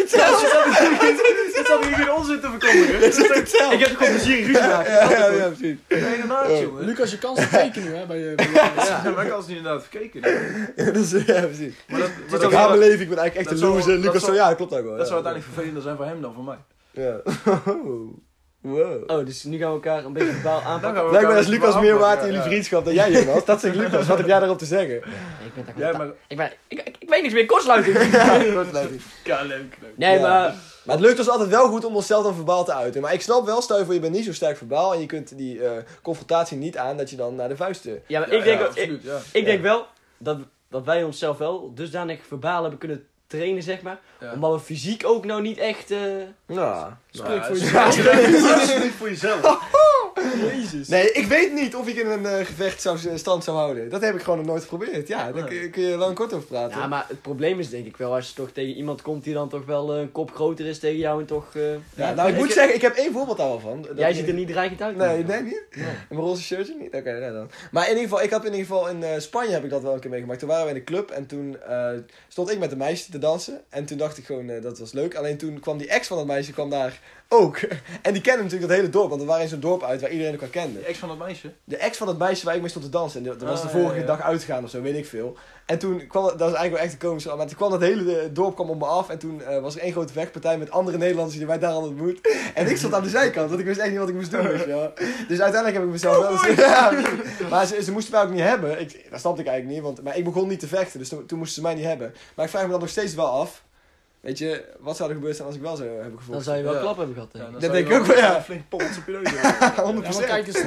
jij zat hier geen onzin te verkondigen. Dus dat-
Ik heb er gewoon plezier in ruzie maken.
Ja, ja, ja, precies.
Ja, inderdaad, jongen.
Lucas, je kan ze tekenen, hè, bij je... bij je-
Ja, dat heb ik als niet inderdaad verkeken. Maar
Ja, dat is, ja, precies.
dat, maar
Dat
dat,
is haar beleving, ik ben eigenlijk echt
dat
een
zou-
loser.
dat
Lucas zo,
zou-
ja, dat klopt ook wel.
dat
ja.
zou uiteindelijk vervelender zijn voor hem dan voor mij.
Ja. Oh, Wow.
Oh, dus nu gaan we elkaar een beetje verbaal
Dan
aanpakken.
gaan we
Blijkbaar
elkaar dus
is Lucas
maar
meer
afmaken,
waard in
ja,
jullie
ja.
vriendschap dan jij, Jonas. Dat zegt Lucas. Wat heb jij daarop te zeggen?
Ik ben daar
Ja,
gewoon
maar...
Ik, ben, ik, ik, ik weet niks meer, kortsluiting.
Ja, leuk, leuk.
Nee,
Ja.
maar...
Maar het lukt ons altijd wel goed om onszelf dan verbaal te uiten. Maar ik snap wel, stel je voor je bent niet zo sterk verbaal en je kunt die eh, confrontatie niet aan dat je dan naar de vuisten...
Ja, maar
Ja,
ik denk,
ja,
ook- ik,
absoluut, ja.
ik denk wel dat, dat wij onszelf wel dusdanig verbaal hebben kunnen trainen, zeg maar.
Ja.
Omdat we fysiek ook nou niet echt... eh,
Nou.
Spreek voor
Ja,
jezelf.
Absoluut voor jezelf.
Jezus.
Nee, ik weet niet of ik in een eh, gevecht zou, stand zou houden. Dat heb ik gewoon nog nooit geprobeerd. Ja, daar kun- kun je lang kort over praten.
Ja, maar het probleem is denk ik wel als je toch tegen iemand komt die dan toch wel eh, een kop groter is tegen jou en toch... eh,
Ja, nou, ik moet zeggen, ik heb één voorbeeld daar wel van. Dat
jij
is-
ziet er niet dreigend uit.
Nee, nee, niet? En mijn roze shirtje niet? Oké, nee dan. Maar in ieder geval, ik heb in ieder geval in eh, Spanje heb ik dat wel een keer meegemaakt. Toen waren we in de club en toen eh, stond ik met een meisje te dansen. En toen dacht ik gewoon, eh, dat was leuk. Alleen toen kwam die ex van dat meisje kwam daar ook. En die kende natuurlijk dat hele dorp, want we waren in zo'n dorp uit waar iedereen elkaar kende.
De ex van dat meisje.
De ex van dat meisje waar ik mee stond te dansen. En dat dat was
Ah,
de vorige
ja, ja.
dag uitgaan of zo, weet ik veel. En toen kwam, dat is eigenlijk wel echt een komische verhaal, Maar toen kwam dat hele eh, dorp kwam op me af. En toen eh, was er één grote vechtpartij met andere Nederlanders die wij daar hadden ontmoet. En ik stond aan de zijkant, want ik wist echt niet wat ik moest doen. weet je wel. Dus uiteindelijk heb ik mezelf
Oh
wel eens... Ja, maar ze, ze moesten mij ook niet hebben. Ik, dat snapte ik eigenlijk niet. Want, maar ik begon niet te vechten, dus toen, toen moesten ze mij niet hebben. Maar ik vraag me dan nog steeds wel af. Weet je, wat zou er gebeurd zijn als ik wel zou hebben gevoeld?
Dan zou je wel
Ja.
klap hebben gehad. denk
Ja,
ik.
Dat
dan zou
denk
je
ik ook wel, ja.
een Flink poppels op je neus. hebben.
100%.
Ja, maar kijk, eens,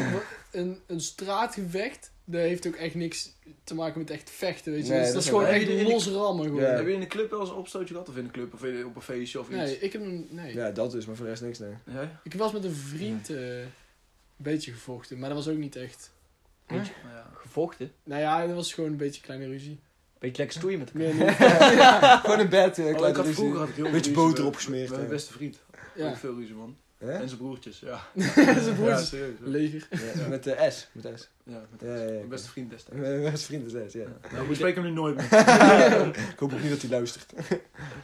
een, een straatgevecht, dat heeft ook echt niks te maken met echt vechten, weet je.
Nee,
Dus
dat
dat
is
is gewoon
wel-
echt
Heb je die-
los rammen, gewoon.
Ja.
Heb je in de club wel eens een opstootje gehad? Of in de club? Of in- op een feestje of iets?
Nee, ik heb hem, nee.
Ja, dat dus, maar voor de rest niks, nee.
Nee.
Ik heb wel eens met een vriend eh, een beetje gevochten, maar dat was ook niet echt.
Nou ja.
Gevochten.
Nou ja, dat was gewoon een beetje kleine ruzie.
Beetje lekker stoeien met elkaar.
Meer niet.
Gewoon in bed, eh,
Oh, ik
kleine
had
ruzie.
vroeger had ik heel veel
Beetje
ruzie
boter
met-
opgesmeerd,
Met mijn
hè.
beste vriend. Ja.
Ja,
Ook veel ruzie, man.
Hè?
En zijn broertjes, ja.
zijn
Ja,
broers.
serieus. hè.
Leger.
Ja, met de S. Met S.
Ja, met
Ja, ja, ja.
mijn beste vriend destijds.
Mijn beste vriend is S, ja.
Nou, ik spreek hem nu nooit meer.
Ik hoop ook niet dat hij luistert.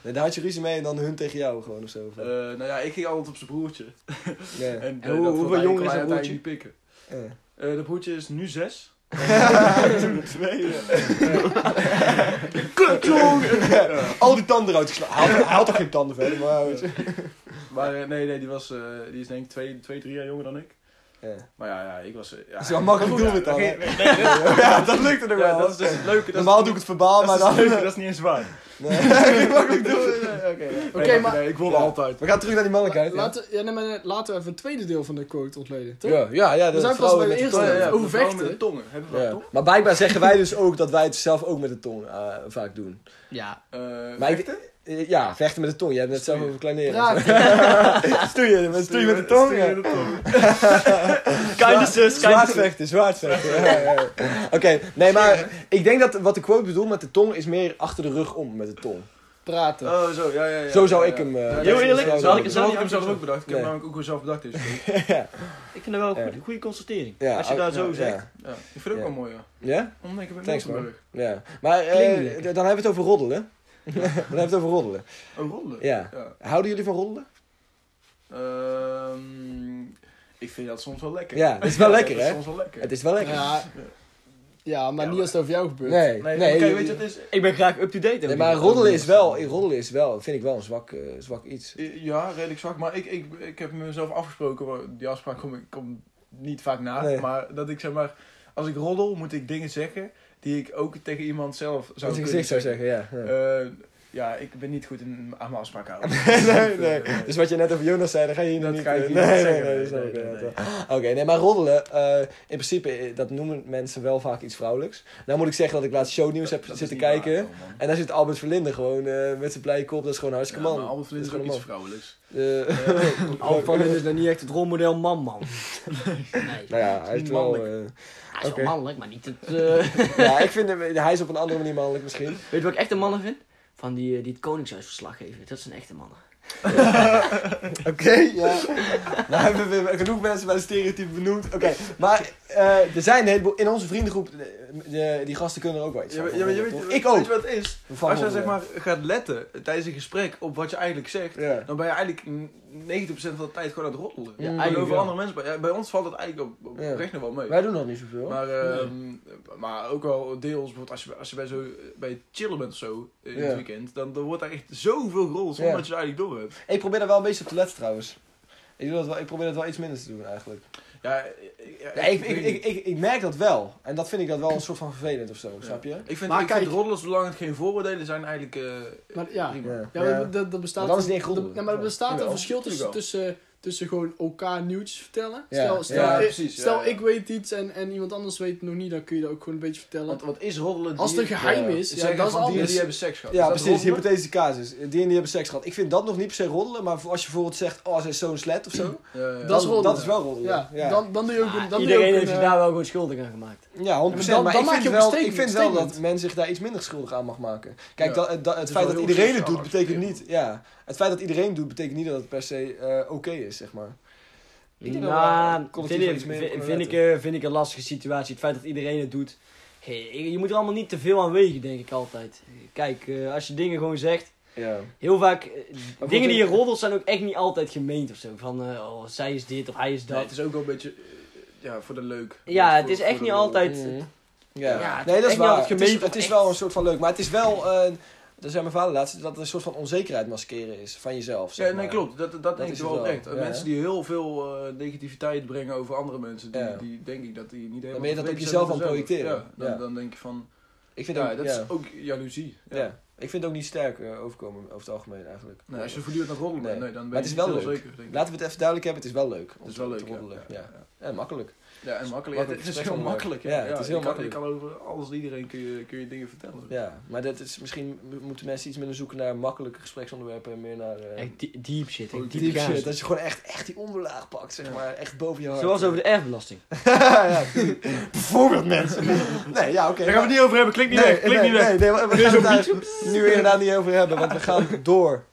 Nee, daar had je ruzie mee en dan hun tegen jou gewoon of zo. Of-
Eh, nou ja, ik ging altijd op zijn broertje.
ja.
En, eh,
En hoe-
dat
hoeveel
vond hij-
jonger
kon
is
hij
dat
uiteindelijk
broertje?
niet pikken.
Ja.
Eh, dat broertje is nu zes.
Al die tanden eruit geslagen. Hij, had- hij had toch geen tanden verder, maar weet je.
Maar eh, nee, nee, die, was, eh, die is denk ik twee, twee, drie jaar jonger dan ik.
Ja.
Maar ja, ja ik was... eh, Ja,
Dat is wel makkelijk
Ja,
doelwit dan,
dat
hè?
ging- nee, nee, dat-
Ja, dat lukte nog
ja,
wel.
dat is dus het leuke. Dat is-
Normaal doe ik het verbaal, maar
dat
dan...
is het leuke, dat is niet eens waar.
Nee, ik mag het doen.
Oké,
Nee, nee,
maar
nee, ik won
Ja.
altijd.
We gaan terug naar die mannelijkheid. Ja,
laten, ja, nee, maar laten we even het tweede deel van de quote ontleden, toch?
ja, ja, ja
We
dat
zijn
is
pas bij
vrouwen
de
met de
eerste.
tong.
Ja, ja.
Over
Overvechten.
vechten. tongen. Hebben we dat
Ja.
toch?
Maar blijkbaar zeggen wij dus ook dat wij het zelf ook met de tong eh, vaak doen.
Ja.
Eh,
Maar ik- eh, ja, vechten met de tong. Je hebt net zelf
Stoeien.
over kleineren.
Praat.
Stoeien, met- stoeien met de tong.
Stoeien
ja.
met de tong.
Kind of zus, kind of
Zwaardvechten, zwaardvechten. Ja, ja, ja. Oké, nee, maar ik denk dat wat de quote bedoelt met de tong is meer achter de rug om met de tong.
Praten.
Oh, zo, ja, ja, ja.
Zo zou
Ja,
ik
ja.
hem, eh,
Ja,
Heel
dat is-
eerlijk,
dat is-
zou ik-
dat
zou
had
ik
ik hem
hem
zelf
zo-
ook bedacht. Ik heb
Nee.
namelijk ook wel zelf bedacht. deze week.
Ik vind dat wel een goede, goede constatering. als je daar zo
ja,
zegt.
Ja, ik vind het ook
Ja.
wel mooi, ja.
Ja?
Omdat ik heb een
Thanks,
Miltenburg.
Ja. Maar eh,
Klinkt lekker.
d- dan hebben we het over roddelen. dan hebben we het over roddelen.
Een roddelen.
Ja.
Oh, Ja.
Houden jullie van roddelen?
Ehm, ik vind dat soms wel lekker.
Ja, dat is wel lekker,
dat is
hè?
soms wel lekker.
Het is wel lekker.
Ja, ja, maar
Ja,
niet als het over jou gebeurt.
Nee,
Nee,
nee.
maar kijk,
je-
weet je, het is...
Ik ben graag up-to-date. over
nee,
die-
maar
over
roddelen
die-
is wel, roddelen is wel, vind ik wel een zwak, eh, zwak iets.
Ja, redelijk zwak. Maar ik, ik, ik heb mezelf afgesproken, maar die afspraak kom ik kom niet vaak na.
Nee.
Maar dat ik zeg maar, als ik roddel, moet ik dingen zeggen die ik ook tegen iemand zelf zou
Als ik
kunnen
gezicht zou zeggen, ja. ja.
Eh, ja, ik ben niet goed in aan mijn afspraak houden.
nee, nee.
Eh,
Dus wat je net over Jonas zei, dan ga je hier
Dat
niet...
ga ik
eh,
hier
nee, nee,
niet zeggen.
Nee,
Nee,
dat snap ik,
nee,
ja,
nee,
dat wel. Oké, nee, maar roddelen, eh, in principe, eh, dat noemen mensen wel vaak iets vrouwelijks. Nou moet ik zeggen dat ik laatst shownieuws heb
dat is
zitten
niet waar,
kijken.
man.
en daar zit Albert Verlinde gewoon eh, met zijn blije kop, dat is gewoon een
Ja,
hartstikke
maar
man.
Albert Verlinde is
Dat
ook
is
iets
gewoon
vrouwelijks.
Eh,
Al van is dan niet echt het rolmodel man, man. Nee.
nou ja, hij heeft wel...
Mannelijk.
eh,
Hij is
Oké.
wel mannelijk, maar niet het... eh,
ja, ik vind hem, hij is op een andere manier mannelijk misschien.
Weet je wat ik echt een mannen vind? Van die, eh, die het Koningshuisverslag geven. Dat zijn echte mannen.
Oké, ja. nou hebben we weer genoeg mensen bij de stereotype benoemd. Oké, maar eh, er zijn een heleboel... In onze vriendengroep, de- de- die gasten kunnen er ook wel iets
Ja, maar,
van.
ja, maar je weet,
toch?
weet
ik
je
ook.
wat het is?
Van
Als jij
Horen.
zeg maar gaat letten tijdens een gesprek op wat je eigenlijk zegt,
Ja.
dan ben je eigenlijk n- 90% van de tijd gewoon aan het roddelen.
Ja,
en
eigenlijk
over
wel.
andere mensen. pra- Ja, bij ons valt het eigenlijk op, op
Ja.
oprecht nog wel mee.
Wij doen nog niet zoveel.
Maar, ehm, maar ook wel deels, bijvoorbeeld als je, als je bij, zo, bij het chillen bent of zo eh, in
Ja.
het weekend, dan, dan wordt daar echt zoveel gerold zonder
Ja.
dat je het eigenlijk door hebt.
Ik probeer er wel een beetje op te letten trouwens. Ik, doe dat wel, ik probeer dat wel iets minder te doen eigenlijk.
Ja, ik,
Ja, ik, ik, ik, ik, ik merk dat wel. En dat vind ik dat wel een soort van vervelend of zo, snap je?
Ik vind,
Maar
ik
kijk-
vind roddelen, zolang het geen vooroordelen zijn, eigenlijk eh,
Maar ja,
prima.
Ah, Ja.
ja, maar Dat, dat bestaat,
Maar dan is het niet echt
dat-
goed.
ja, maar er bestaat
Jawel.
een verschil tussen,
Jawel.
tussen, tussen gewoon elkaar nieuwtjes vertellen.
Ja.
Stel, stel,
Ja,
ik,
precies, ja,
stel
ja.
ik weet iets en, en iemand anders weet het nog niet, dan kun je dat ook gewoon een beetje vertellen.
Want wat is roddelen?
Als het
Die-
een geheim
ja,
is, ja,
zeggen
dat is
van dieren
anders.
die hebben seks gehad.
Ja,
Is dat
precies.
roddelen?
Hypothetische casus. Dieren die hebben seks gehad. Ik vind dat nog niet per se roddelen, maar voor- als je bijvoorbeeld zegt, oh, ze is zo'n slet of zo.
Ja, ja, ja.
Dat is
dan-
roddelen.
Dat is wel roddelen.
Ja,
Ja, ja.
Dan, dan doe je ook
Ah,
een... Dan doe je
Ah, Iedereen
ook
heeft
een,
zich
eh,
daar wel gewoon schuldig aan gemaakt.
100%.
Ja, maar
maar
dan- dan
ik
maak
vind,
je ook
wel,
een
ik vind wel
statement.
dat men zich daar iets minder schuldig aan mag maken. Kijk,
Ja.
dat, het- dat- het
is
feit
wel
dat
heel
iedereen het
sociaal
doet, betekent niet...
acceptabel.
Ja, het feit dat iedereen het doet, betekent niet dat het per se eh, oké is, zeg maar. Ik denk dat we
eh,
Nou,
collectief
vind,
wel
ik-
iets meer
vind-
op kunnen
vind ik,
letten.
eh, vind ik een lastige situatie. Het feit dat iedereen het doet. Hey, je moet er allemaal niet te veel aan wegen, denk ik altijd. Kijk, eh, als je dingen gewoon zegt.
Ja.
Heel vaak, eh, dingen die je
bijvoorbeeld-
roddelt zijn ook echt niet altijd gemeend of zo. Van, eh, oh, zij is dit of hij is dat.
Nee, het is ook wel een beetje eh, ja, voor de leuk.
ja,
Voor-
het is
voor
echt
de
niet
lol.
altijd...
Mhm. Ja.
Ja,
nee,
het is
dat is
echt niet
waar.
altijd
Het is,
gemeen,
het is
echt.
wel een soort van leuk, maar het is wel, eh daar zei mijn vader laatst, dat het een soort van onzekerheid maskeren is van jezelf. Zeg
Ja, nee,
maar.
klopt. Dat, dat denk
is
ik
het
wel
wel.
oprecht. En
Ja,
mensen die heel veel eh, negativiteit brengen over andere mensen, die,
Ja.
die denk ik dat die niet helemaal...
ben je dat op
tevreden
jezelf
zijn met
aan
zichzelf.
projecteren.
Ja, dan,
Ja.
dan denk je van...
Ik vind
Ja,
ook,
dat
ja.
is ook jaloezie. Ja.
Ja. Ik vind het ook niet sterk eh, overkomen over het algemeen eigenlijk.
Nee, als je voortdurend aan het roddelen bent,
Nee.
nee, dan ben
Maar
je
het
niet
is wel
heel
leuk.
zeker. Denk ik.
Laten we het even duidelijk hebben, het is wel leuk. om
Het is
te-
wel
te
leuk, ja.
roddelen.
Ja,
Ja. En makkelijk.
Ja, en makkelijk. Ja,
Makkelijk
het is heel
gesprek
makkelijk.
onderwerp. Ja, het is heel
je kan-
makkelijk.
Je kan over alles en iedereen kun je, kun je dingen vertellen.
Ja, maar dat is, misschien m- moeten mensen iets minder zoeken naar makkelijke gespreksonderwerpen en meer naar... eh,
Echt die- deep shit. Echt
Oh,
diep
diep
gaan.
shit. Dat je gewoon echt, echt die onderlaag pakt, zeg maar. Echt boven je hart.
Zoals over de erfbelasting.
ja, bijvoorbeeld mensen. Nee, ja, oké.
Daar gaan we het niet over hebben, klik niet
nee,
weg, klik
nee,
niet weg.
nee, nee, we we gaan het daar nu inderdaad niet over hebben, want we gaan door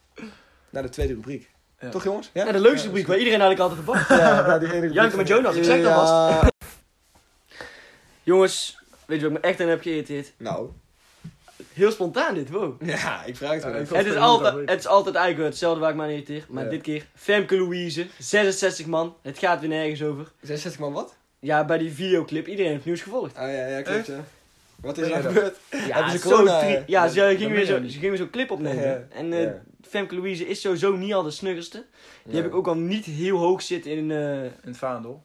naar de tweede rubriek.
Ja.
Toch jongens? Ja?
Ja, de leukste rubriek waar iedereen eigenlijk altijd verwacht.
Ja, naar die ene rubriek.
Janken met Jonas, ik zeg dat vast.
Ja,
Jongens, weet je wat ik me echt aan heb geïrriteerd?
Nou,
Heel spontaan dit, wow.
ja, ik vraag het wel
Ja,
even.
ik-
Het is,
Godverdomme, dat
altijd,
weet
het is altijd eigenlijk wel hetzelfde waar ik me aan irriteer. Maar
Ja.
dit keer Femke Louise, 66 man. Het gaat weer nergens over.
66 man wat?
Ja, bij die videoclip, iedereen heeft het nieuws gevolgd.
Ah ja, ja, klopt
Echt?
ja. Wat is
Ja,
er
dat-
gebeurd?
Ja,
Hebben ze
zo
corona,
tri-
eh,
ja
dat-
ze,
dat
gingen
meen
weer zo,
je.
ze gingen weer zo'n clip opnemen.
Ja,
En eh,
ja.
Femke Louise is sowieso niet al de snuggerste. Die heb ik ook al niet heel hoog zitten in... eh,
In het vaandel.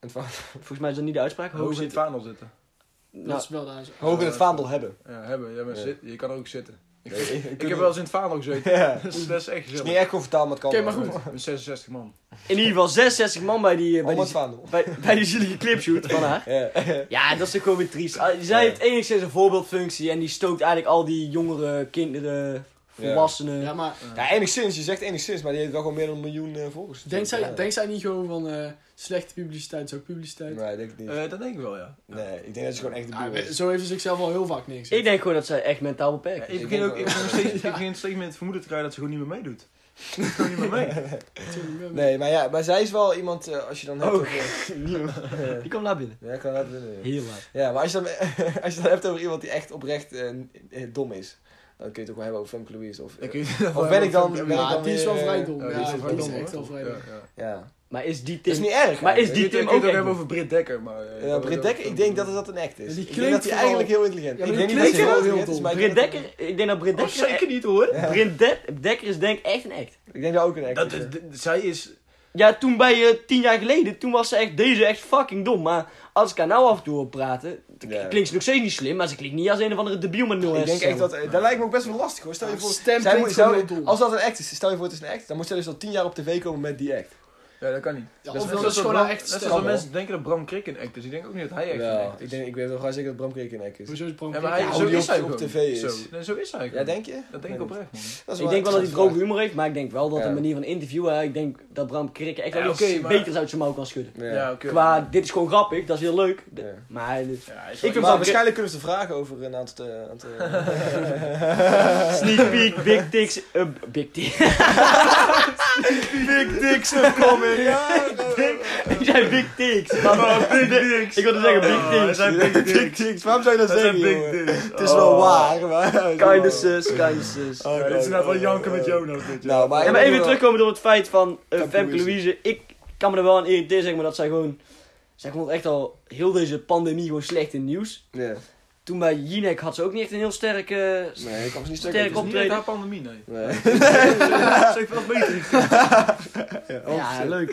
En van-
volgens mij is dat niet de uitspraak.
Hoog
Hoog
in het
zitten.
vaandel zitten.
eh, Dat
Nou,
is wel daar zo.
Hoog in het vaandel hebben.
Ja, hebben. Ja, maar
Ja.
zit- je kan er ook zitten. Ik,
Nee, je
ik
kunt
heb wel eens in het vaandel gezeten.
Ja.
Dat is- dat is echt
Het is
gezellig.
niet echt comfortabel, maar het kan
Oké,
wel.
maar goed.
Met 66 man.
in ieder geval 66 man bij die, eh, bij
Om het
die,
vaandel.
bij, bij die zielige clipshoot van haar.
Ja.
Ja, dat is toch gewoon weer triest. Ah, Zij
Ja.
heeft enigszins een voorbeeldfunctie en die stookt eigenlijk al die jongere kinderen, volwassenen.
Ja, maar
Ja, enigszins. Je zegt enigszins, maar die heeft wel gewoon meer dan een miljoen eh, volgers.
denkt zij,
Ja.
denkt zij niet gewoon van eh, slechte publiciteit is ook publiciteit?
Nee, ik denk het niet.
Eh, dat denk ik wel, ja.
Nee, ik denk dat ze gewoon echt de
Ja,
boel is.
zo heeft ze zichzelf al heel vaak niks.
Ik denk gewoon dat zij echt mentaal
Ja,
beperkt is.
ik
ik begin
denk
ook
wel.
ik begin steeds, ik begin steeds met het vermoeden te krijgen dat ze gewoon niet meer meedoet. Ze doet gewoon niet meer mee.
Nee, maar ja, maar zij is wel iemand, eh, als je dan hebt
Oh.
over...
Die komt laat binnen.
Ja, ik kan laten winnen. ja.
Heel laat.
Ja, maar als je, dan, als je dan hebt over iemand die echt oprecht eh, eh, dom is, dan kun je het ook wel hebben over Femke Louise. Of, eh, Of ben ik dan- ben ik
Ja,
dan
die is
weer,
wel
eh,
vrij dom.
Ja,
Ja,
oh, die is wel dom,
echt
hoor.
wel vrij dom.
Ja, ja.
ja.
Maar is die
Dat
Tim...
is niet erg
Maar is
eigenlijk.
die
Je kunt-
Tim
je kunt
ook
het ook
echt
hebben
doen?
over Britt Dekker, maar... eh,
Ja,
dat-
Britt
dat-
Dekker, ik denk dat dat een act is.
Die
ik denk dat
klinkt
hij
vooral-
eigenlijk heel intelligent
Ja,
is.
maar
Ik
die
denk dat hij
klinkt
heel
wel heel
intelligent is,
dom.
maar ik
Britt
denk dat-
Dekker, ik denk dat Britt
Oh,
Dekker...
zeker niet, hoor.
Ja.
Britt De- Dekker is denk ik echt een echt.
Ik denk dat ook een act
Dat,
is.
is- d- zij is...
Ja, toen bij je tien jaar geleden, toen was ze echt, deze echt fucking dom. Maar als ik haar nou af en toe op praten, dan
Ja.
klinkt ze nog steeds niet slim, maar ze klinkt niet als een of andere debiel met nul
Ik denk echt
hersenen.
dat, eh, dat lijkt me ook best wel lastig hoor. Stel je
Ja,
voor,
stem
zij
klinkt
moet- zou-
gewoon heel dom.
als dat een act is, stel je voor het is een act, dan moet zij dus al tien jaar op tv komen met die act.
Ja, dat kan niet.
Ja,
net
of dat
zoals
is gewoon
Bram-
haar echt
net
stem.
zoals
stem.
mensen denken dat Bram Krik een act is. Ik denk ook niet dat hij echt dus- een
Ja,
act is.
ik, denk, ik weet wel gewoon zeker dat Bram Krik een act is.
Hoezo is Bram
Ja, maar
Krik-
hij,
Ja,
zo
hoe die
is
op-
hij
op
gewoon.
tv is.
Zo, nee, zo is hij
Ja,
gewoon.
denk je?
Dat denk ik
Nee,
oprecht,
dat
man.
is
Ik
wel
denk wel dat hij
een
droge
vraag.
humor heeft, maar ik denk wel dat
Ja.
de manier van interviewen, ik denk dat Bram Krik echt wel
Ja,
iets
oké, maar-
beters uit zijn mouw kan schudden.
Ja.
Ja, oké.
Qua, dit is gewoon grappig, dat is heel leuk. De-
Ja.
Ja,
Maar eh,
hij is
Ik
wel-
vind
Maar
Bram
waarschijnlijk kunnen ze vragen over een aantal... eh, aantal
sneak peek, big dicks, eh, big dicks. big dicks are coming.
Ja, nee, nee, nee.
Big, Die zijn big dicks. Maar-
big dicks.
Ik wilde zeggen big
Oh,
dicks.
dat zijn big
Big
dicks.
dicks. Waarom zou je dat,
Dat zijn
zeggen,
big
jongen?
dicks.
Het is wel
Oh.
waar, maar...
Kind of sus, kind of sus.
Oh,
Ja,
God,
dit is net wel
oh,
janken
oh,
met
oh.
Jonas. weet je
Nou, maar-
wel.
Ja, maar even weer terugkomen door het feit van eh,
Femke
Femke
Louise.
Louise. Ik kan me er wel aan irriteren, zeg maar, dat zij gewoon... Zij vond echt al heel deze pandemie gewoon slecht in nieuws.
Ja.
Toen bij Jinek had ze ook niet echt een heel sterk... eh, s-
Nee, ik was niet
Sterk
sterk
Het is
op.
niet
optreden.
echt haar pandemie, nee.
Nee.
Dat is veel beter.
Oh,
ja, leuk.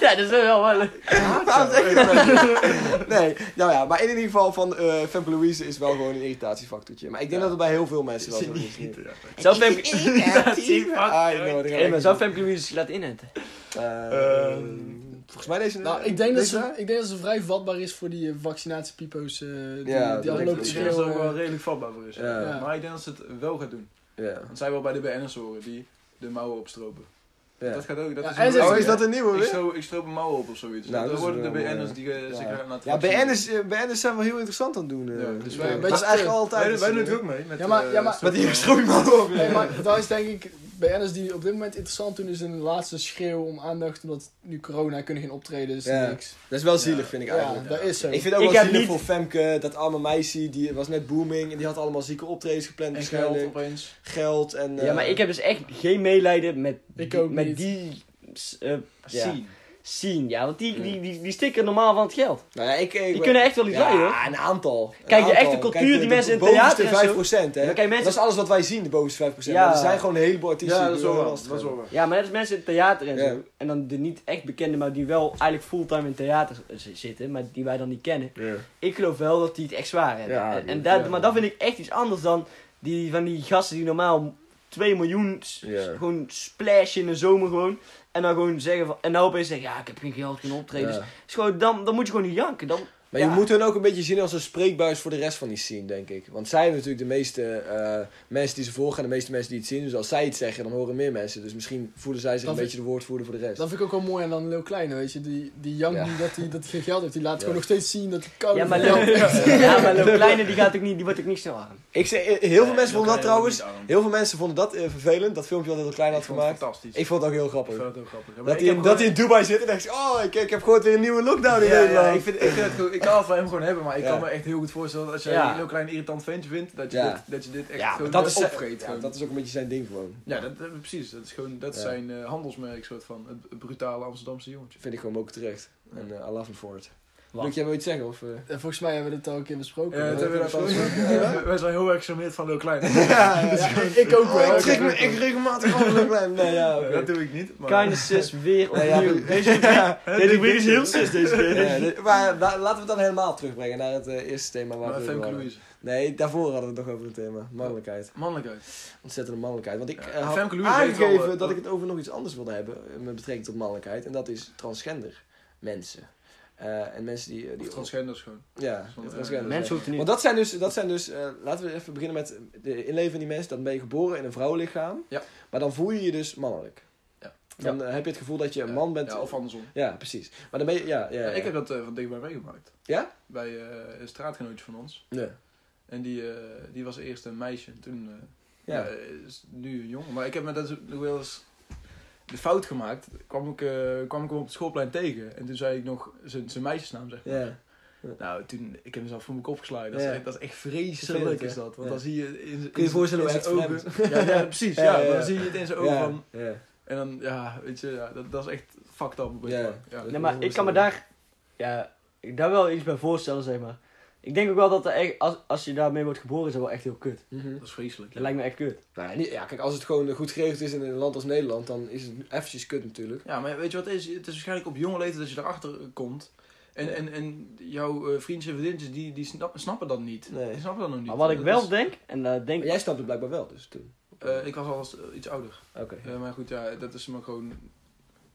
ja, dat is wel wel leuk.
Waarom zeg je dat? Nee, nou ja, maar in ieder geval van eh Femke Louise is wel gewoon een irritatiefactortje. Maar ik denk dat het bij heel veel mensen wel zo is.
Zou Femke...
Ah, ik know,
Hey, maar zou Femke Louise zich laten inenten?
Eh, Volgens mij deze...
Nou, ik denk, dat
deze-
ze, ik denk dat ze vrij vatbaar is voor die eh, vaccinatiepipo's eh,
Ja,
die, die
dat
al
Ik denk
lopen
ook.
te
dat ze er ook wel eh,
schreeuwen.
redelijk vatbaar voor is.
Ja.
Ja.
Maar ik denk dat ze het wel gaat doen.
Ja.
Want zij wil bij de BN'ers horen die de mouwen opstropen.
ja.
Dat gaat ook. Dat
Ja,
is
en
een-
ze-
Oh, is dat een nieuwe
Ik
weer?
stroop, ik stroop een mouw op of zoiets.
Nou,
Nou,
dat
dat
is
worden de
wel,
BN'ers
eh,
die eh, zich aan het
Ja,
vaccineren.
BN'ers, eh, BN'ers zijn wel heel interessant aan het doen. eh.
Ja, dus
Ja.
wij-
dat is
wij-
eigenlijk
Wij,
altijd.
wij doen het ook mee. Met,
Ja, maar-
eh,
ja, maar-
stroop-
Met die strooiman ook.
Nee, maar dat is denk ik BN'ers die op dit moment interessant doen, is een laatste schreeuw om aandacht, omdat nu corona kunnen geen optreden, dus is
Ja.
niks.
Dat is wel zielig, vind ik
Ja,
eigenlijk.
dat is zo.
Ik vind ook
Ik
wel
heb
zielig
niet-
voor Femke, dat arme meisje, die was net booming en die had allemaal zieke optredens gepland
En
waarschijnlijk.
geld
Geld,
opeens.
en... eh,
Ja, maar ik heb dus echt geen meelijden met,
Ik
die-
ook
met
niet.
die s- eh, Ja.
Zien.
scene. Ja, want die, die, die, die stikken normaal van het geld.
Nou ja, ik, ik,
Die kunnen echt wel iets
ja,
zijn, hoor.
een aantal. Een
Kijk, de
aantal.
echte cultuur die
de
mensen in het
bovenste
theater en zo.
5%, hè.
Ja, kijk, mensen-
Dat is alles wat wij zien, de bovenste 5%.
Ja.
Maar Er zijn gewoon een heleboel artiesten.
Ja,
die
dat is wel
heel
waar.
lastig
Dat is wel
hebben.
waar.
Ja, maar net als mensen in het theater en zo.
Ja.
En dan de niet echt bekende, maar die wel eigenlijk fulltime in het theater z- zitten, maar die wij dan niet kennen. Ik geloof wel dat die het echt zwaar hebben.
Ja,
en, en
die-
dat,
ja.
Maar dat vind ik echt iets anders dan die van die gasten die normaal 2 miljoen s-
Ja.
s- gewoon splashen in de zomer gewoon. En dan gewoon zeggen van, en nou opeens zeggen, ja, ik heb geen geld, geen optredens.
Ja.
Dus gewoon, dan, dan moet je gewoon niet janken. Dan,
Maar
Ja.
je moet hun ook een beetje zien als een spreekbuis voor de rest van die scene, denk ik. Want zij hebben natuurlijk de meeste eh, mensen die ze volgen en de meeste mensen die het zien. Dus als zij het zeggen, dan horen meer mensen. Dus misschien voelen zij zich
Dat
een
vind-
beetje de woordvoerder voor de rest.
Dat vind ik ook wel mooi aan dan Leo Kleine, weet je. Die, die jankt
Ja.
niet dat hij dat hij geen geld heeft. Die laat
Ja.
gewoon nog steeds zien dat hij kan.
ja, maar Leo, ja, maar Leo Kleine, die, gaat ook niet, die wordt ook niet snel arm.
Ik zeg, eh, heel veel
Nee,
mensen vonden dat
kan je ook
trouwens.
niet aan.
Heel veel mensen vonden dat eh, vervelend, dat filmpje dat heel klein had
Ik vond het
gemaakt.
fantastisch.
Ik vond het ook heel
Ik
grappig.
vond het ook grappig. Ja, maar
Dat
ik
hij,
heb
in- dat hij
gewoon-
in Dubai zit en denkt, oh, ik, ik heb gewoon weer een nieuwe lockdown in
Ja, ja,
Nou, Nederland.
ik, vind, ik, vind het goed. ik kan het van hem gewoon hebben, maar ik
Ja.
kan me echt heel goed voorstellen dat als jij
Ja.
een heel klein irritant ventje vindt, dat je,
Ja.
dit, dat je dit echt
Ja, maar
gewoon
dat is, eh,
opvreet.
ja,
gewoon.
dat is ook een beetje zijn ding gewoon.
Ja, dat, dat- precies. Dat is gewoon dat is
Ja.
zijn eh, handelsmerk soort van. Het, het brutale Amsterdamse jongetje.
Vind ik gewoon ook terecht. En eh I love him for it.
Wat?
Luc, jij wil iets zeggen? Of, eh?
En volgens mij hebben we dit al een keer besproken.
Eh,
hoor.
dat hebben we dat al gesproken. Eh, Wij zijn heel erg gecharmeerd van Leo Klein.
Ja, ik- ik ook wel.
Oh, ik trek me ik regelmatig gewoon Luc Klein. Nee, ja, oké.
Dat doe ik niet. Maar...
Kleine zus weer
Nee, ja,
opnieuw.
dat-
Deze rubriek- deze rubriek is heel zus deze keer.
Ja, dit- maar la- laten we het dan helemaal terugbrengen naar het eh, eerste thema. Waar
Maar
we het
Femke
over hadden.
Louise.
Nee, daarvoor hadden we het nog over het thema. Mannelijkheid.
Mannelijkheid.
Ontzettende mannelijkheid. Want ik
Ja,
eh, had
Femke Louise heeft wel,
aangegeven
eh,
dat ik het over nog iets anders wilde hebben. eh, Met betrekking tot mannelijkheid. En dat is transgender mensen. Eh, en mensen die... eh, die
Of transgenders gewoon.
ja,
Trans- eh,
transgender.
Mensen hoeft er niet
Want dat zijn dus, dat zijn dus eh, laten we even beginnen met de inleven van die mensen. Dan ben je geboren in een vrouwenlichaam.
Ja.
Maar dan voel je je dus mannelijk.
Ja.
Dan eh, heb je het gevoel dat je een
Ja,
man bent.
Ja, of andersom.
Ja, precies. Maar dan ben je, ja, ja,
Ja,
ja.
ik heb dat eh, van dichtbij meegemaakt.
Ja?
Bij eh, een straatgenootje van ons.
Nee.
En die, eh, die was eerst een meisje. Toen,
Ja.
eh, ja. is nu een jongen. Maar ik heb me dat is nog wel eens de fout gemaakt. Kwam ik, eh, kwam ik hem op het schoolplein tegen. En toen zei ik nog zijn zijn meisjesnaam, zeg maar.
Ja.
Nou, toen, ik heb mezelf voor mijn kop geslagen. Dat,
Ja.
is, echt- dat is echt
Vervelend,
vreselijk,
hè?
is dat. Want
Ja.
dan zie je in, in,
Kun je je voorstellen
in
hoe
zijn
echt
ogen. Ja, ja, precies.
Ja,
Ja,
ja, ja.
Dan zie je het in zijn ogen
ja,
van...
ja.
En dan, ja, weet je, ja, dat, dat is echt fucked up. weet je
Ja.
wel. Ja.
Nee, maar ik kan me daar, ja, ik daar wel iets bij voorstellen, zeg maar. Ik denk ook wel dat er echt, als, als je daarmee wordt geboren, is dat wel echt heel kut.
Mhm.
Dat is vreselijk.
Dat lijkt me echt kut.
Nou, ja, niet- ja, kijk, als het gewoon goed geregeld is in een land als Nederland, dan is het eventjes kut natuurlijk.
Ja, maar weet je wat het is? Het is waarschijnlijk op jonge leeftijd dat je erachter eh, komt. En, en, en jouw eh, vriendjes en vriendinnetjes, die, die snap- snappen dat niet.
Nee.
Die snappen dat nog niet. Eh,
Maar wat ik
Dat
wel
is-
denk, en dat denk
eh, Maar jij snapt het blijkbaar wel, dus toen.
eh, ik was al eens, eh, iets ouder.
Oké.
Eh, maar goed, ja, dat is me gewoon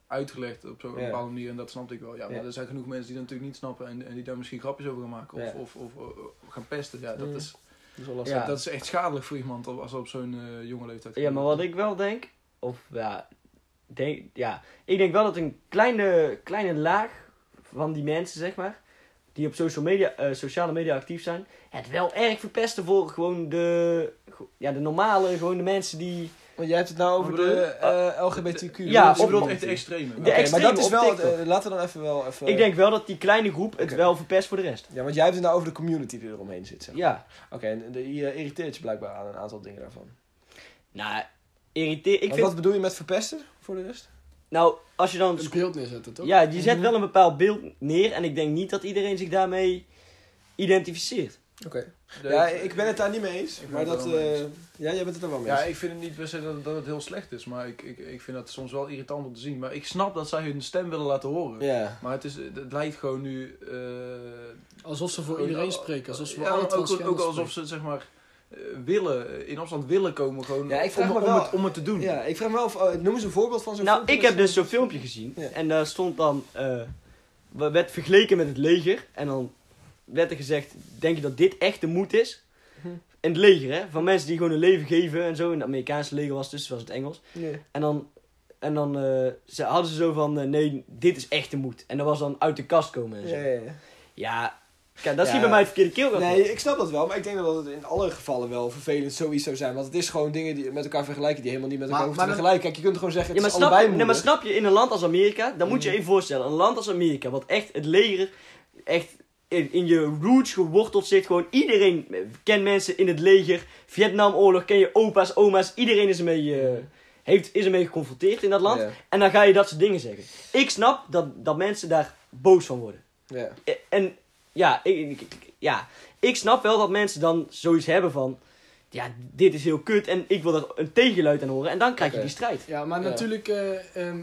uitgelegd op zo'n
Ja.
bepaalde manier en dat snapte ik wel. Ja, maar
Ja.
er zijn genoeg mensen die dat natuurlijk niet snappen en, en die daar misschien grapjes over gaan maken of,
Ja.
of, of, eh, gaan pesten. Ja, dat,
Mm.
is,
Dat is wel lastig.
Ja.
dat is echt schadelijk voor iemand als dat op zo'n eh, jonge leeftijd
Ja, maar wat ik wel denk, of ja, denk, ja, ik denk wel dat een kleine, kleine laag van die mensen, zeg maar, die op social media, eh, sociale media actief zijn, het wel erg verpesten voor gewoon de, ja, de normale, gewoon de mensen die,
Want jij hebt het nou over
Wat bedoel
de
je?
eh, LGBTQ.
Ja,
je
Oké,
bedoelt echt de extreme.
De ex-
maar dat is
op
wel...
TikTok.
eh, laten we dan even wel... Even,
Ik denk wel dat die kleine groep het
Oké.
wel verpest voor de rest.
Ja, want jij hebt het nou over de community die eromheen zit. Zeg. maar.
Ja.
Oké, en de- je irriteert je blijkbaar aan een aantal dingen daarvan.
Nou, irriteer. Ik
Maar
vind.
Wat bedoel je met verpesten voor de rest?
Nou, als je dan.
Een beeld neerzetten, toch?
Ja, je zet
Mhm.
wel een bepaald beeld neer. En ik denk niet dat iedereen zich daarmee identificeert.
Oké.
De-
Ja, ik ben het daar niet mee eens.
Ik ben
maar
het
dat...
er wel mee
eh, ja, jij bent het er wel mee
Ja,
eens.
ik vind het niet per se dat, dat het heel slecht is, maar ik, ik, ik vind dat soms wel irritant om te zien. Maar ik snap dat zij hun stem willen laten horen.
Ja.
Maar het, is, het lijkt gewoon nu... eh,
Alsof ze voor
Gewoon,
iedereen
eh,
spreken. Alsof ze voor
ja,
alle
ook, ook,
transgenders
ook alsof ze zeg maar eh, willen, in opstand willen komen gewoon
Ja, ik vraag
om,
me
om
wel-
het, om het te doen.
Ja, ik vraag me wel af, eh, noem eens een voorbeeld van zo'n
Nou,
filmpje
ik
dat
heb
ze-
dus zo'n filmpje gezien.
Ja.
En daar stond dan. eh, we- werd vergeleken met het leger. En dan werd er gezegd: Denk je dat dit echt de moed is?
Hm.
In het leger, hè? Van mensen die gewoon hun leven geven en zo. In het Amerikaanse leger was het dus, was het Engels.
Nee.
En dan, en dan eh, ze, hadden ze zo van, eh, nee, dit is echt de moed. En dat was dan uit de kast komen en zo.
Ja,
Ja,
ja, ja.
kijk, dat schiet
Ja.
bij mij het verkeerde keel.
Nee, ik snap dat wel, maar ik denk dat het in alle gevallen wel vervelend zoiets zou zijn. Want het is gewoon dingen die met elkaar vergelijken die helemaal niet met elkaar
Maar-
hoeven te
maar
vergelijken.
dan-
Kijk, je kunt gewoon zeggen,
Ja,
het
maar,
is
snap,
allebei Mm.
je- nee, maar snap je, in een land als Amerika, dan moet je je even voorstellen, een land als Amerika, wat echt het leger, echt in, in je roots geworteld zit, gewoon iedereen eh, kent mensen in het leger, Vietnamoorlog, ken je opa's, oma's, iedereen is ermee, eh, heeft, is ermee geconfronteerd in dat land.
Ja.
En dan ga je dat soort dingen zeggen. Ik snap dat, dat mensen daar boos van worden. E,
Ja.
En ja ik, ik- ik- ja, ik snap wel dat mensen dan zoiets hebben van... Ja, dit is heel kut en ik wil er een tegenluid aan horen. En dan krijg
Oké.
je die strijd.
Ja, maar
Ja.
natuurlijk eh, ehm,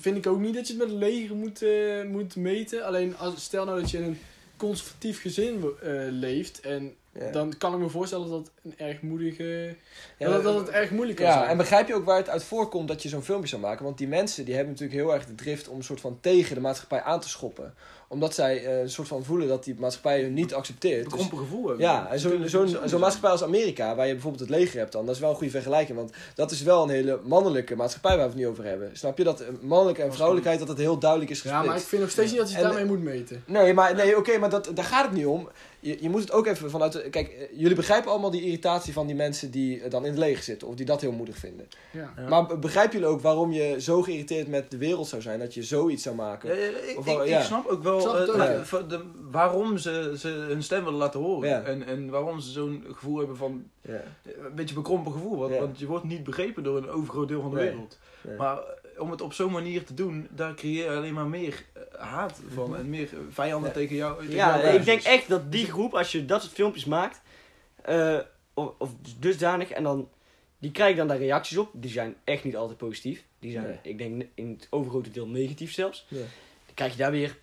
vind ik ook niet dat je het met het leger moet, eh, moet meten. Alleen als, stel nou dat je in een conservatief gezin wo- eh, leeft. En
Ja.
dan kan ik me voorstellen dat het een erg moedige...
Ja,
dat, dat
maar-
het erg moeilijk kan
Ja,
zijn.
en begrijp je ook waar het uit voorkomt dat je zo'n filmpje zou maken? Want die mensen die hebben natuurlijk heel erg de drift om een soort van tegen de maatschappij aan te schoppen. Omdat zij eh, een soort van voelen dat die maatschappij hun niet accepteert. Dus-
Bekrompen gevoel hebben.
ja, en zo'n
Natuurlijk
zo'n-
moet het
zo'n
anders
maatschappij als Amerika, waar je bijvoorbeeld het leger hebt dan, dat is wel een goede vergelijking. Want dat is wel een hele mannelijke maatschappij waar we het nu over hebben. Snap je dat eh, mannelijke en vrouwelijkheid, dat het heel duidelijk is
Ja,
gesplitst?
maar ik vind nog steeds niet dat je het
En- eh,
daarmee moet meten.
Nee, maar nee, oké, maar dat, daar gaat het niet om. Je, je moet het ook even vanuit. de- Kijk, eh, jullie begrijpen allemaal die irritatie van die mensen die eh, dan in het leger zitten. Of die dat heel moedig vinden.
Ja.
Ja.
Maar be- begrijpen jullie ook waarom je zo geïrriteerd met de wereld zou zijn dat je zoiets zou maken?
zijn. Ja, ja, ik,
Of
ik,
wel,
ik
ja.
snap ook
Ik
wel
snap het
eh,
ook,
la-
ja.
van de, waarom ze, ze hun stem willen laten horen.
Ja.
En, en waarom ze zo'n gevoel hebben van
Ja.
eh, een beetje bekrompen gevoel. Want,
Ja.
want je wordt niet begrepen door een overgroot deel van de
Nee.
wereld.
Nee.
Maar eh, om het op zo'n manier te doen, daar creëer je alleen maar meer eh, haat van.
Mhm.
En meer eh, vijanden tegen jou. tegen
Ja,
jouw
ik
basis.
denk echt dat die groep, als je dat soort filmpjes maakt... eh, of, of dusdanig, en dan... Die krijgen dan daar reacties op. Die zijn echt niet altijd positief. Die zijn,
Nee.
ik denk, in het overgrote deel negatief zelfs.
Ja.
Dan krijg je daar weer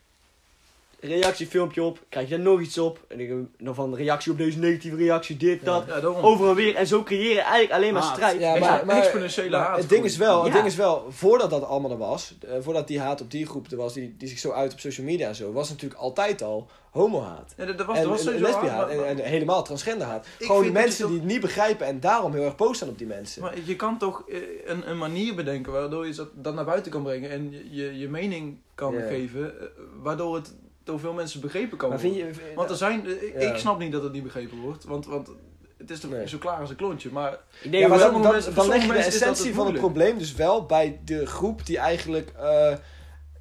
een reactiefilmpje op. Krijg je daar nog iets op. En dan- dan van reactie op deze negatieve reactie, dit,
Ja. Ah,
dat.
Ja, daarom.
Overal weer. En zo creëren eigenlijk alleen maar
Haat.
strijd.
Ja,
Echt
maar,
een
maar,
exponentiële
maar
haat
Het ding
groeit.
is wel, het
Ja.
ding is wel, voordat dat allemaal er was, eh, voordat die haat op die groep er was, die, die zich zo uit op social media en zo, was natuurlijk altijd al homohaat.
Ja, dat, dat was,
en
dat was
en
sowieso haat,
lesbihaat
maar-
en, en helemaal transgenderhaat.
Ik
Gewoon
vind dat je
mensen
dat-
die het niet begrijpen en daarom heel erg boos zijn op die mensen.
Maar je kan toch eh, een, een manier bedenken waardoor je dat, dat naar buiten kan brengen en je- je, je mening kan
Ja.
geven, eh, waardoor het door veel mensen begrepen kan
maar
worden.
vind je...
Want er zijn, eh, ik,
Ja.
ik snap niet dat het niet begrepen wordt, want, want het is toch
Nee.
zo klaar als een klontje. Maar
Ik denk
Ja, maar
wel-
dan,
sommige
dan,
mensen-
dan
voor
leg je de
sommige mensen is dat
essentie
het
van het
moeilijk.
probleem dus wel bij de groep die eigenlijk eh,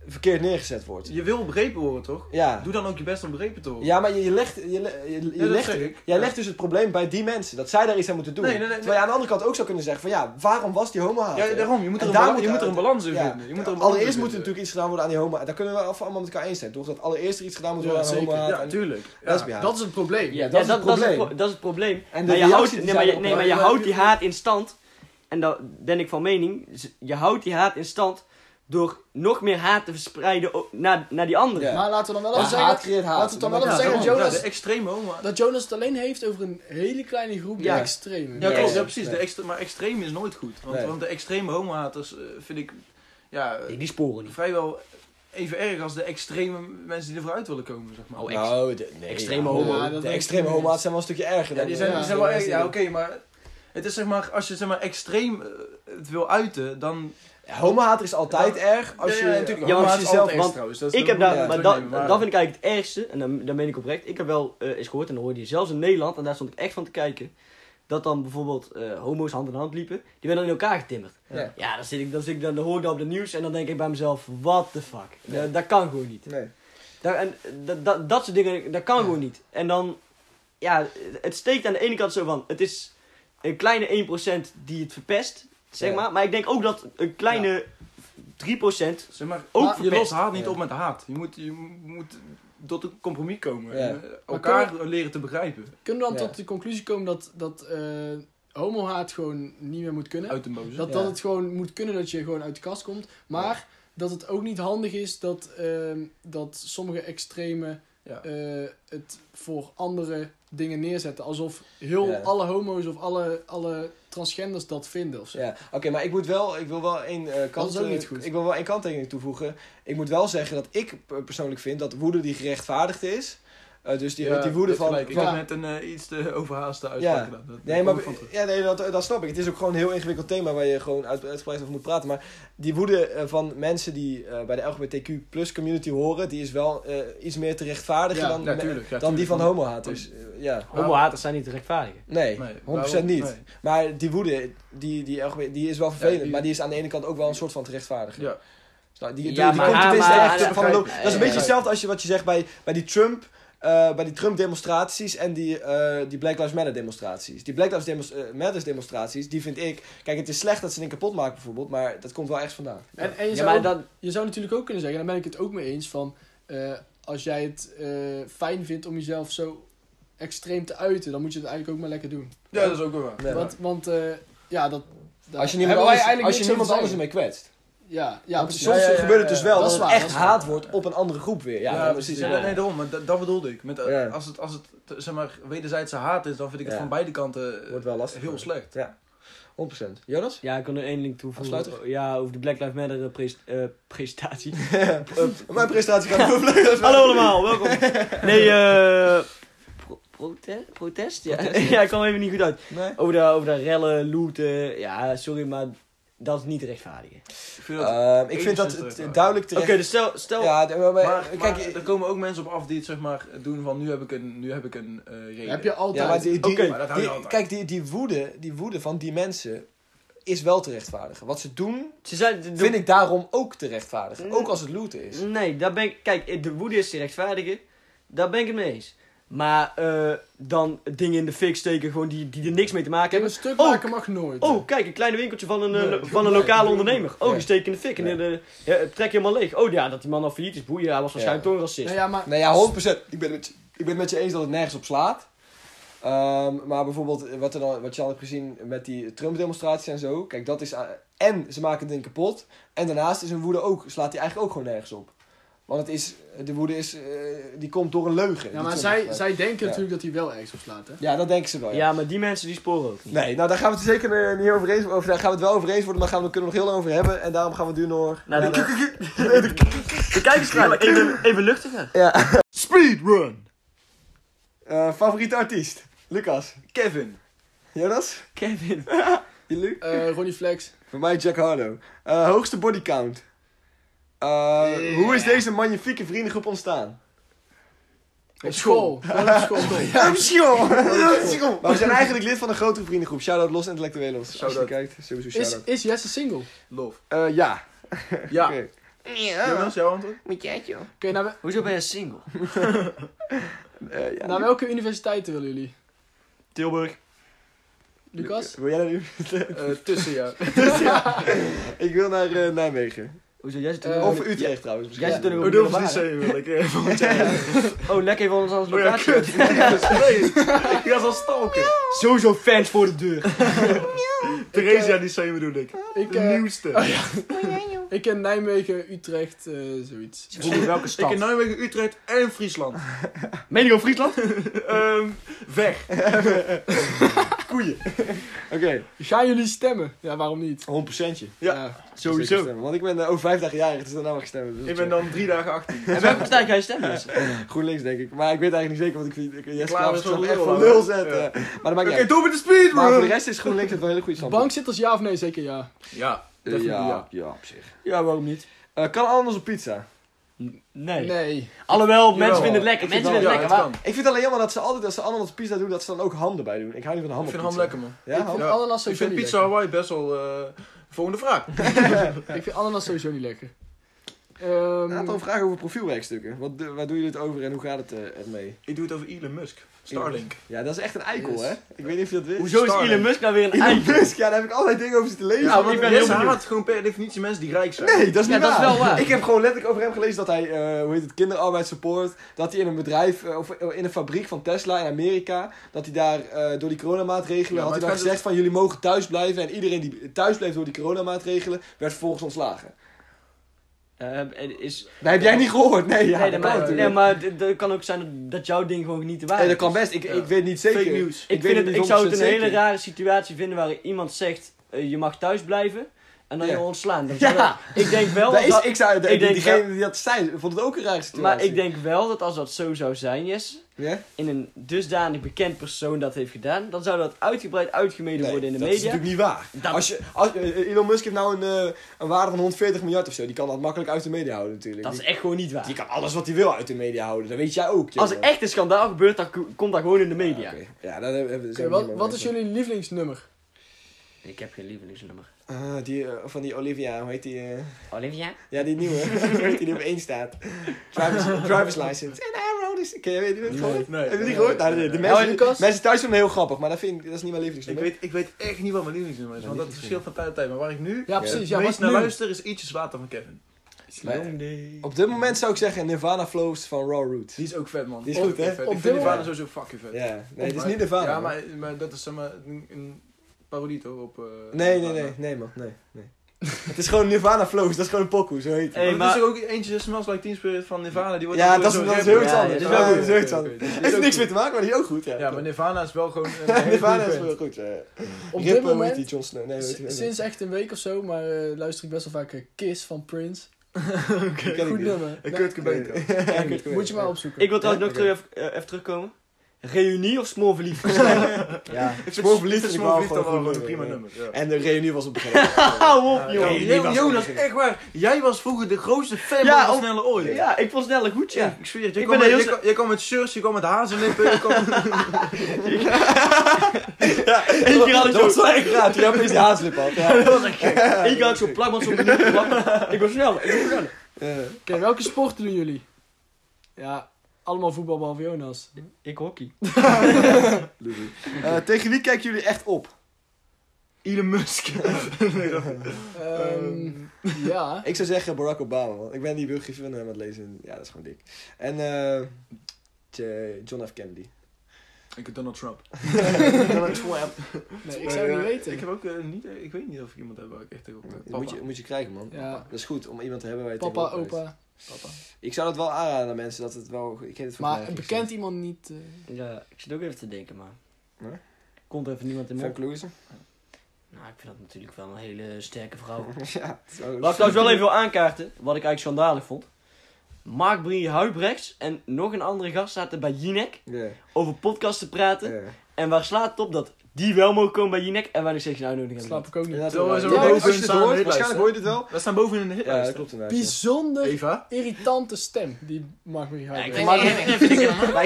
verkeerd neergezet wordt.
je wil begrepen worden, toch?
Ja,
Doe dan ook je best om begrepen te worden.
ja maar je, je legt, je, le- je, je
dat
legt,
zeg ik.
jij
Ja.
legt dus het probleem bij die mensen, dat zij daar iets aan moeten doen.
Nee, nee, nee,
Terwijl je aan de andere kant ook zou kunnen zeggen van ja, waarom was die homo
Ja, daarom. Je
En
moet er,
daar
een, bala-
moet
je moet er een
uit-
balans in
ja.
vinden. Je moet er een balans
Allereerst
in
moet er
vinden.
natuurlijk iets gedaan worden aan die homo Daar kunnen we af- allemaal met elkaar eens zijn, toch? Dat allereerst er iets gedaan moet worden
Ja,
aan homo
zeker.
haat
Ja,
en
tuurlijk. Ja.
lesbihaat.
Dat is het probleem.
Ja,
Ja,
dat is
dat,
het
dat is het
probleem.
pro- dat is het probleem.
En de
maar je
reacties
houdt,
die
nee, maar je,
zijn
nee,
erop.
maar je
Ja,
houdt
ja,
die haat in stand. En daar ben ik van mening. z- Je houdt die haat in stand door nog meer haat te verspreiden o- naar, naar die anderen.
Ja.
Maar laten we dan wel
Ja,
even zeggen...
haat creëert haat.
Laten we het dan wel
Ja,
even
Ja,
zeggen,
daarom. Ja, de
Jonas...
extreme homo.
Dat Jonas het alleen heeft over een hele kleine groep
Ja.
extremen.
Ja,
Nee.
klopt. Ja, precies.
Nee.
De extre- maar extreem is nooit goed. Want,
Nee.
want de extreme homohaters eh, vind ik ja, eh,
Nee, die sporen niet.
vrijwel even erg als de extreme mensen die er vooruit willen komen, zeg maar.
Oh,
Nou, de, nee,
Extreme
ja,
homo.
Ja, dat
de
weet ik
extreme
niet.
homo's zijn wel een stukje erger.
ja,
dan
die
de-
zijn, die zijn wel
de
erg.
mensen
Ja,
die-
oké, maar het is zeg maar, als je zeg maar extreem eh, het wil uiten, dan...
Ja, Homohaat is altijd erg als je...
Ja, ja, natuurlijk.
Ja, want
Homohaat
als je
is
zelf-
altijd erg
want
trouwens. Dat is
Ik heb
dat
daar,
moet je
maar
niet
dat,
meenemen, maar-
dat vind ik eigenlijk het ergste, en daar, daar meen ik oprecht. Ik heb wel eh, eens gehoord, en dan hoorde je zelfs in Nederland, en daar stond ik echt van te kijken. dat dan bijvoorbeeld eh, homo's hand in hand liepen, die werden dan in elkaar getimmerd.
Ja.
Ja, dan, zit ik, dan, zit ik, dan hoor ik dat op de nieuws en dan denk ik bij mezelf, what the fuck. Da- Dat, kan gewoon niet.
Nee.
Daar, en, da- da- dat soort dingen, dat kan gewoon niet. En dan, ja, het steekt aan de ene kant zo van, het is een kleine 1% die het verpest, zeg
Ja.
maar. Maar ik denk ook dat een kleine 3%,
Zeg maar,
Ook
maar je
verpest.
lost haat niet
Ja.
op met haat. Je moet, je moet tot een compromis komen.
Ja.
En, eh,
Maar
elkaar leren te begrijpen.
Kunnen we dan
Ja.
tot de conclusie komen dat, dat eh, homohaat gewoon niet meer moet kunnen?
Uit de boze.
Dus Dat,
Ja.
dat het gewoon moet kunnen dat je gewoon uit de kast komt. Maar dat het ook niet handig is dat, ehm, dat sommige extremen
Ja.
eh, het voor andere dingen neerzetten. Alsof heel
Ja.
alle homo's of alle, alle transgenders dat vinden of zo.
Ja, oké, maar ik moet wel, ik wil wel één eh kant.
is ook
eh,
niet goed.
Ik wil wel één kanttekening toevoegen. Ik moet wel zeggen dat ik per- persoonlijk vind dat woede die gerechtvaardigd is. eh, dus die,
Ja,
die woede
dit
van.
gelijk. Ik
van-
heb net een eh, iets te overhaaste uitspraak
Ja.
gedaan. Dat-
Nee,
daar
maar
kom ik van terug.
ja, nee, dat, dat snap ik. Het is ook gewoon een heel ingewikkeld thema waar je gewoon uit, uitgebreid over moet praten. Maar die woede eh, van mensen die eh, bij de LGBTQ plus community horen, die is wel eh, iets meer te rechtvaardigen
Ja,
dan,
Ja, tuurlijk, ja,
dan die
tuurlijk.
van homohaters. Eh, ja.
homohaters zijn niet te rechtvaardigen.
Nee,
Nee,
100%
waarom?
niet.
Nee.
Maar die woede, die, die, LGBT die is wel vervelend,
die-
maar die is aan de ene kant ook wel een soort van te rechtvaardigen.
Ja.
Nou, die,
Ja,
die- die
maar-
komt het is
maar-
echt
ja,
van de loop.
ja,
Dat is een
ja,
beetje
ja.
hetzelfde als je, wat je zegt bij, bij die Trump. eh, bij die Trump-demonstraties en die, eh, die Black Lives Matter-demonstraties. Die Black Lives Demos- eh, Matter-demonstraties, die vind ik... Kijk, het is slecht dat ze dingen kapot maken bijvoorbeeld, maar dat komt wel ergens vandaan.
En, en je,
Ja,
zou
maar
ook-
dan,
je zou natuurlijk ook kunnen zeggen, en daar ben ik het ook mee eens, van eh, als jij het eh, fijn vindt om jezelf zo extreem te uiten, dan moet je het eigenlijk ook maar lekker doen.
Ja, dat is ook wel waar.
Ja.
Want, want eh, ja, dat... daar
Als je
hebben
niemand
wij
anders,
eigenlijk
als je
niks over
niemand
te
anders ermee
zeggen.
kwetst.
Ja, ja,
Want
precies.
soms
Ja, ja, ja,
gebeurt het dus wel
ja, ja.
dat,
Dat is
het
waar,
echt
dat is waar.
haat wordt op een andere groep weer. Ja,
Ja,
dat
precies.
is-
Ja,
ja.
Nee, daarom, maar dat, dat bedoelde ik. Met, eh,
Ja.
Als het, als het eh, zeg maar, wederzijdse haat is, dan vind ik het
Ja.
van beide kanten eh,
Wordt wel lastig.
heel slecht.
100%. Jonas?
ja, ik kan er één ding toevoegen.
Afsluiter?
Ja, over de Black Lives Matter eh, pres- eh, presentatie.
Eh, Mijn presentatie gaat over Black Lives
Hallo allemaal, welkom. Nee, eh... pro- prote- protest? Ja. ja, ik kwam even niet goed uit.
Nee.
Over de, over de rellen, looten. Ja, sorry, maar dat is niet te rechtvaardigen.
Ik vind dat-
Ehm, ik vind
enigszins
dat
terecht,
het
ja.
duidelijk
Oké,
terecht...
dus stel... stel
Ja, d- maar- maar-
maar,
kijk,
maar er komen ook mensen op af die het zeg maar doen van nu heb ik een, nu heb ik een eh, reden.
Heb je altijd.
Ja, maar die, die,
Oké,
maar dat hou je
die-
altijd.
kijk, die, die, woede, die woede van die mensen is wel te rechtvaardigen. Wat ze doen,
ze zijn, de-
vind ik daarom ook te rechtvaardigen.
Mm.
Ook als het looten is.
Nee, daar ben ik... Kijk, de woede is te rechtvaardigen. Daar ben ik het mee eens. Maar eh, dan dingen in de fik steken gewoon die, die er niks mee te maken
Kijk, een
hebben.
stuk
Oh,
maken mag nooit.
Oh, kijk, een kleine winkeltje van een, eh,
Nee.
lo- van een lokale ondernemer. Oh,
Ja.
die steek in de fik. En
Ja.
de, ja, het trek helemaal leeg. Oh ja, dat die man al failliet is. Boeien, hij was waarschijnlijk
Ja.
toch een racist.
Nou ja, maar
Nou ja, 100%. Ik ben, het met, je- ik ben het met je eens dat het nergens op slaat. Ehm, maar bijvoorbeeld eh, wat, er dan, wat je al hebt gezien met die Trump-demonstraties en zo. Kijk, dat is... a- en ze maken het ding kapot. En daarnaast is hun woede ook, slaat die eigenlijk ook gewoon nergens op. Want het is, de woede is, eh, die komt door een leugen. die
Ja, maar
Trump
zij,
gebruikt.
zij denken
Ja.
natuurlijk dat hij wel ergens op slaat, hè?
Ja, dat denken ze wel. ja.
Ja, maar die mensen die sporen ook niet.
Nee, nou daar gaan we het zeker eh, niet over eens over. Daar gaan we het wel over eens worden, maar gaan we, kunnen we nog heel lang over hebben. En daarom gaan we het nu nog.
Nou, de, de kijkers gaan even, even luchtiger.
Speedrun!
Eh, favoriete artiest? Lucas.
Kevin.
Jonas?
Kevin.
Jullie?
Eh, Ronnie Flex.
Voor mij Jack Harlow. Eh, hoogste bodycount? Eh, Hoe is deze magnifieke vriendengroep ontstaan?
Op school. Gewoon op school.
Ja, sure. maar we zijn eigenlijk lid van een grotere vriendengroep. Shout-out Los Intellectuelos. Als je
Shout-out.
kijkt, sowieso
Is,
shout-out.
is Jesse single? Oké,
Love.
Eh, ja.
Ja.
Oké.
Jonas, jouw antwoord?
naar, we-
Hoezo ben je single?
Eh, ja.
naar welke universiteiten willen jullie?
Tilburg.
Lucas?
Wil jij naar nu?
Eh, tussen jou.
Ik wil naar eh, Nijmegen.
Hoezo? Jij zit
Eh,
er
Of Utrecht trouwens.
Jij zit
Misschien.
er nu op
Oh, dat was niet
middelbare.
zeggen wil ik. eh, van-
Oh, lekker even anders als
Oh ja,
locatie.
kut. Nee, ik was al stalken.
Sowieso fans voor de deur.
Theresia die zei bedoel ik.
Ik,
De
eh,
nieuwste.
ik ken Nijmegen, Utrecht, eh, zoiets.
Bijvoorbeeld welke
Ik
stad?
in Nijmegen, Utrecht en Friesland.
Meen je over Friesland?
Ehm, weg.
Koeien. Oké.
Gaan jullie stemmen? Ja, waarom niet?
100 je
Ja.
Zeker stemmen, want ik ben eh, over vijf dagen jarig, dus daarna mag ik stemmen. Dus
Ik ben dan drie dagen 18.
En welke partij ga je stemmen? Jesse?
GroenLinks, denk ik. Maar ik weet eigenlijk niet zeker, want ik vind ik- Jesse
Klaar
Klaver
is
is wel
voor
echt
lul,
voor
hoor.
lul zetten.
Ja.
Maar dat maakt niet
Oké,
uit.
door met de
Maar voor de
speedrun!
rest is GroenLinks het wel een hele goede stand.
Bankzitters ja of nee? Zeker ja.
Ja,
Eh, ja,
definitief ja.
ja, op zich.
Ja, waarom niet?
Eh, kan anders op pizza?
Nee.
Nee.
Alhoewel, mensen
Jawel.
vinden het lekker.
Ik vind
Mensen vinden het
wel-
lekker.
ja,
maar-
Ik vind het alleen jammer dat ze altijd, als ze ananas pizza doen, dat ze dan ook ham erbij doen. Ik hou niet van ham
Ik
op
vind
pizza.
ham lekker, man.
Ja,
ik
ham?
vind
Ja.
ananas
Ik
sowieso
vind
niet
pizza Hawaii best wel... eh, volgende vraag.
lekker. Ik vind ananas sowieso niet lekker. Ehm,
Een aantal vragen over profielwerkstukken. Wat, do- waar doen jullie het over en hoe gaat het eh, ermee?
Ik doe het over Elon Musk. Starlink.
Ja, dat is echt een eikel,
Yes.
hè? Ik weet niet of je dat wist.
Hoezo is
Starlink.
Elon Musk nou weer een
Elon
eikel?
Musk, ja, daar heb ik allerlei dingen over zitten lezen.
Ja,
want-
ik
ik
ben
ben
heel
Jesse
benieuwd.
haat gewoon per definitie mensen die rijk zijn.
Nee, dat is
Ja,
niet
dat is wel waar.
Ik heb gewoon letterlijk over hem gelezen dat hij, eh, hoe heet het, kinderarbeid support. Dat hij in een bedrijf, eh, of in een fabriek van Tesla in Amerika, dat hij daar eh, door die coronamaatregelen,
Ja,
had hij
maar het
dan
gaat
gezegd van jullie mogen thuis blijven. En iedereen die thuis bleef door die coronamaatregelen, werd vervolgens ontslagen.
Eh, en is,
Dat heb jij niet gehoord, nee. Ja,
nee,
dat kan
maar,
natuurlijk.
nee, maar het- het kan ook zijn dat- dat jouw ding gewoon niet de
Nee,
waarheid
dat kan
is.
best, ik,
Ja.
ik weet niet zeker.
Fake news.
Ik,
weet
vind het,
niet
ik zou het een
100%
hele
zeker.
rare situatie vinden waar iemand zegt, eh, je mag thuis blijven. En dan
Ja.
je ontslaan. Dan
Ja.
zou dat- ik denk wel
Dat
dat,
is, ik zou,
ik denk
diegene die dat zei, vond het ook een rare situatie.
Maar ik denk wel dat als dat zo zou zijn, Jess,
Ja?
in een dusdanig bekend persoon dat heeft gedaan, dan zou dat uitgebreid uitgemeden
Nee,
worden in de
dat is
media.
natuurlijk niet waar.
Dat-
Als je, als, eh, Elon Musk heeft nou een, eh, een waarde van 140 miljard of zo. Die kan dat makkelijk uit de media houden natuurlijk.
Dat is
Die-
echt gewoon niet waar.
Die kan alles wat hij wil uit de media houden. Dat weet jij ook.
Als er
jongen.
echt een schandaal gebeurt, dan ko- komt dat gewoon in de
Ja,
media.
oké. Ja, dat hebben we
oké,
zijn we
wat,
niet mee
wat
eens.
is jullie lievelingsnummer?
Ik heb geen lievelingsnummer.
Ah, die, eh, van die Olivia, hoe heet die? eh?
Olivia?
ja, die nieuwe. hoe heet die die op één staat? Drivers, driver's license. En arrow is... Ken jij weet je dat gehoord?
Nee.
Heb je die gehoord? Nou, de, de
Nee.
mensen,
Oh, Lucas?
mensen thuis vinden hem heel grappig, maar dat, vind ik, dat is niet mijn
Ik
lievelingsnummer.
weet, ik weet echt niet wat mijn lievelingsnummer is, want dat verschilt van tijd tot tijd. Maar waar ik nu
Ja,
dus
precies. Ja,
het
wat
meest naar
nu?
luister is ietsje zwaarder van Kevin.
Maar Op dit moment zou ik zeggen Nirvana Flows van Raw Roots.
Die is ook vet, man.
Die is
Ook
goed, hè?
vet.
Op
Ik
dit
vind Nirvana
moment-
sowieso fucking vet.
Ja, nee, het is
Maar-
niet Nirvana.
Ja,
man.
maar, maar dat is zeg maar een, een parodie toch op... eh,
Nee, nee,
Nirvana.
nee, nee man, nee. nee. het is gewoon Nirvana Flows, dat is gewoon een pokoe, zo heet het.
Hey,
maar
maar-
er is ook eentje Smells Like Teen Spirit van Nirvana. Die wordt
Ja,
ook
dat is-
zo'n
dat is
rapper.
heel iets
Ja,
anders.
dat
Ja,
is wel goed.
dat is heel iets
Oké,
anders.
oké, dat is
Heeft er
ook
niks mee
goed.
te maken, maar die is ook goed, ja.
Ja, maar Nirvana is wel gewoon... een hele
Nirvana
goede
is
band.
wel goed, ja.
Op
Rip, eh,
dit
hoe heet die
moment,
John Snow? Nee,
s-
weet je
sinds echt een week of zo, maar eh, luister ik best wel vaak eh, Kiss van Prince.
Ken ik
Goed
niet.
nummer.
Een
Nou,
Kurt Cobain. toch?
Ja, Kurt Cobain.
moet je maar opzoeken.
Ik wil trouwens
Ja,
nog terug, even, eh, even terugkomen. Reunie of Smoorverlief?
Ja,
Ik vind
Small Belief
Small
vind ik wel
Belief toch
gewoon
wel
goed
een prima
ja.
nummer. ja.
En de reunie was op het begin.
Hou op,
Yo,
joh.
Nee, die was ook
Jonas,
goed.
echt waar. Jij was vroeger de grootste fan
Ja,
van
ook-
Snelle Ooit.
Ja, ik vond snelle goed, ja.
Ik zweer het. Je
Ik
kwam
ben
met,
heel
je
zo-
kwam- je kwam met shirts, je kwam met hazenlippen, je kwam...
Eén keer had ik
Dat was
zo-
wel echt raar, toen jij opeens die haarslip had. Ja.
Dat was echt gek. Eén keer had ik zo'n plakband zo'n minuut geplakt. Ik was snel, ik was snel.
Eh,
Oké, welke sporten doen jullie? Ja, allemaal voetbal behalve Jonas.
Ik hockey.
Ludwig. Eh, tegen wie kijken jullie echt op?
Elon Musk. Nee, dat-
Ehm, ja.
Ik zou zeggen Barack Obama, want ik ben die biografie van hem aan het lezen. Ja, dat is gewoon dik. En eh, J- John F. Kennedy.
Ik heb Donald Trump.
Donald Trump.
Nee, ik zou het niet
Eh,
weten.
Ik, heb ook, eh, niet, ik weet niet of ik iemand heb waar ik echt tegen op heb.
Dat moet je, moet je krijgen, man.
Ja.
Dat is goed om iemand te hebben waar je
Papa,
tegenop kijkt.
opa. Papa.
Ik zou dat wel aanraden aan mensen dat het wel. Ik ken het van
Maar een bekend iemand niet. eh,
Ja, ik zit ook even te denken, maar...
Nee?
Komt even niemand in
Van
mijn...
Kloeze.
Nou, ik vind dat natuurlijk wel een hele sterke vrouw.
ja. het is wel-
Wat ik trouwens wel even wil aankaarten, wat ik eigenlijk schandalig vond. Mark Brie Huibrechts en nog een andere gast zaten bij Jinek
Ja,
over podcasts te praten.
ja.
En waar slaat het op dat die wel mogen komen bij Jinek en waar ik zeg, nou, nodig
slaap ik ook niet.
Inderdaad,
Zo,
wel-
zo
Ja,
boven
als je dit
staan in de
hoort,
hitlijst,
waarschijnlijk
hè?
hoor je dit wel.
We staan boven in de
Ja,
hitlijst.
dat klopt inderdaad. ja.
Bijzonder
Eva?
irritante stem. Die mag me niet houden.
vind-
Maar-
ik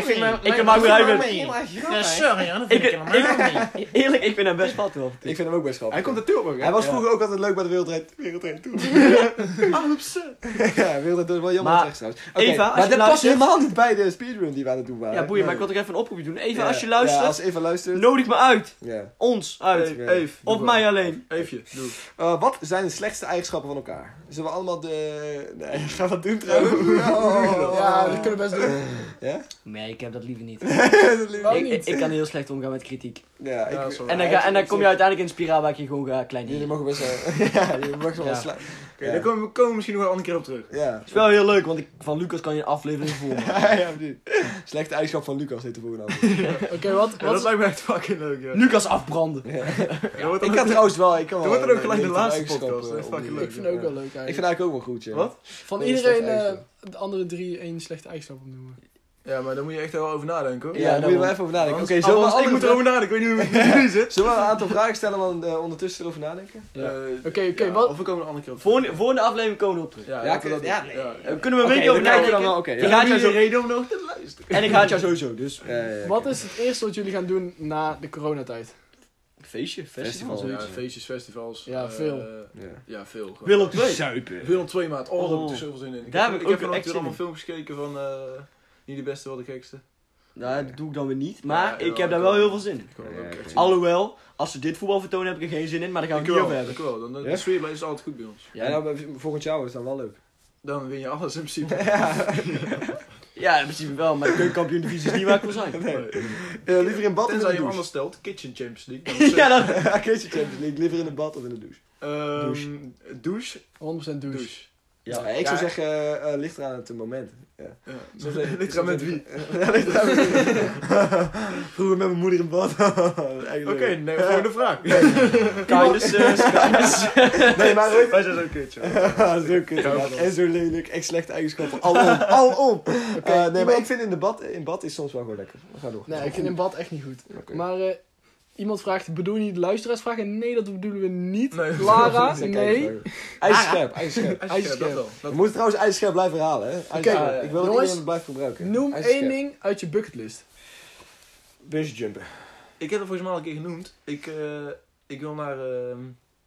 vind hem- ik heb Mark Brie Huibrechts...
Sorry, hoor, dat
Ik,
vind ik helemaal niet.
ik- eerlijk, ik vind hem best wat wel.
Ik vind hem ook best grappig.
Hij komt uit Tilburg, hè?
Hij was
Ja.
vroeger ook altijd leuk bij de Wereldrijd Wereldrijd Tour.
Ah,
Ja, Wereldrijd Tour is wel jammer
Maar,
maar, trouwens. Oké,
Eva, als je
maar dit past
luistert-
helemaal niet bij de speedrun die we aan het doen waren.
Ja, boeien, maar ik
Nee.
wil toch even een oproepje doen. Even
Ja,
als je
Ja,
luistert,
als Eva luistert.
nodig me uit.
Ja.
Ons uit.
Ja.
Eve.
Of mij alleen.
Eefje, doe.
Eh, wat zijn de slechtste eigenschappen van elkaar? Zullen we allemaal de... Nee, gaan we dat doen trouwens? Oh.
Ja, dat kunnen we best doen.
Ja?
Nee, ik heb dat liever niet.
Waarom
ik, ik,
niet?
ik kan heel slecht omgaan met kritiek.
Ja,
Ja,
ik...
sorry.
En dan, ga, en dan kom je uiteindelijk in een spiraal waar ik je gewoon ga klein
Jullie
Het
mogen best wel... ja, jullie mogen wel
Ja.
slaan.
Oké,
Ja.
daar komen we komen we misschien nog wel een andere keer op terug.
Ja.
is wel heel leuk, want ik, van Lucas kan je een aflevering volgen.
ja, precies. Slechte eigenschap van Lucas heet de volgende aflevering.
Oké, wat,
Ja, dat
wat,
lijkt me echt fucking leuk, ja.
Lucas afbranden.
Ja, wordt dan
Ik
ook-
had trouwens wel... Ik kan
Dan
wel
wordt er ook gelijk de
negatieve
laatste
eigenschappen,
podcast, dat is
eh,
fucking
opnoemen.
leuk.
ik vind het ook wel leuk
Ik
eigenlijk.
vind eigenlijk ook wel goed, ja.
Wat?
Van
Eén
iedereen
slechte
eh,
eigenschap.
de andere drie één slechte eigenschap opnoemen.
Ja, maar daar moet je echt wel over nadenken hoor.
Ja, daar moet je wel Oh,
daarom.
even over nadenken. Oké,
Anders-
zullen, we
anders-
andere
ik moet
vra-
erover nadenken, ik weet niet hoe ik het nu zit.
zullen we een aantal vragen stellen en dan eh, ondertussen erover nadenken?
Ja.
Eh,
Oké, oké,
ja,
wat-
Of we komen een andere keer op.
Voor, voor de aflevering komen we erop terug.
Ja,
Ja,
laten we dat
ja,
doen.
nee.
Ja, ja.
Daar kunnen we een
Oké,
beetje over
daar kijken we
nadenken.
dan wel, oké, ja.
Ik ga
Dat is
jullie-
een reden om nog te luisteren.
En ik haat jou sowieso, dus.
Ja, ja, ja,
Wat
oké.
is het eerste wat jullie gaan doen na de coronatijd?
Feestje, festival.
Festival.
Ja,
zoiets.
feestjes, festivals.
Ja,
eh,
veel.
Ja.
Ja, veel. gewoon.
Willem II.
Zuipen.
Willem 2 maat. Oh, daar heb
Oh.
ik er zoveel zin in. Ik
Daar
heb,
heb ik
ik heb
ook
vanochtend weer
echt zin
allemaal
in.
filmpjes gekeken van eh, niet de beste, wel de gekste.
Nou, dat doe ik dan weer niet, maar
Ja,
ik heb
ja,
daar
ik
wel
ook.
heel veel zin in.
Ik hoor er ook
Ja,
echt zin in.
Alhoewel, als ze dit voetbal vertonen heb ik er geen zin in, maar daar gaan we
Ik
het niet
wel,
over hebben.
ik wel. Dan, dan,
Ja?
De sfeer blijft altijd goed bij ons.
Ja,
Ja,
nou, volgend jaar is dan wel leuk.
Dan win je alles in principe.
ja in principe wel, maar de keukenkampioen divisie is niet waar ik wil zijn.
Eh, liever in bad of in
Tenzij
de
je hem
douche?
anders stelt. Kitchen Champions League. Dan is het-
ja, dat...
Ja, Kitchen Champions League. Liever in de bad of in de douche?
Ehm,
Douche.
douche.
100% douche.
Douche.
Ja, ik zou
Ja.
zeggen, eh, eh, ligt eraan het moment. Ja.
Ja.
Soms even-
Ligt eraan met wie.
Ja, ligt eraan met wie. Vroeger met mijn moeder in bad. Oké,
Oké, nee, volgende vraag. eh,
Kinders,
Nee, maar weet
Wij zijn zo'n kutje.
zo kut inderdaad. En zo lelijk. Echt slechte eigenschappen. Alom. Alom. Eh, nee, maar ik vind in, de bad, in bad is soms wel gewoon lekker. We gaan door.
Nee, ik vind in bad echt niet goed.
Oké.
Maar eh, iemand vraagt, bedoel je de luisteraarsvragen? Nee, dat bedoelen we niet.
Nee.
Clara,
Dat is een
nee. Ah.
kijkersvraag. IJsscherp, IJsscherp.
IJsje, dat wel.
We
Dat
moeten trouwens ijsscherp blijven herhalen, hè? Oké,
Ja,
ja.
ik wil dat
eh, Jongens,
iedereen het blijft gebruiken.
Noem
IJsscherp.
één ding uit je bucketlist.
Bungee jumpen.
Ik heb het volgens mij al een keer genoemd. Ik, eh, ik wil naar ehm,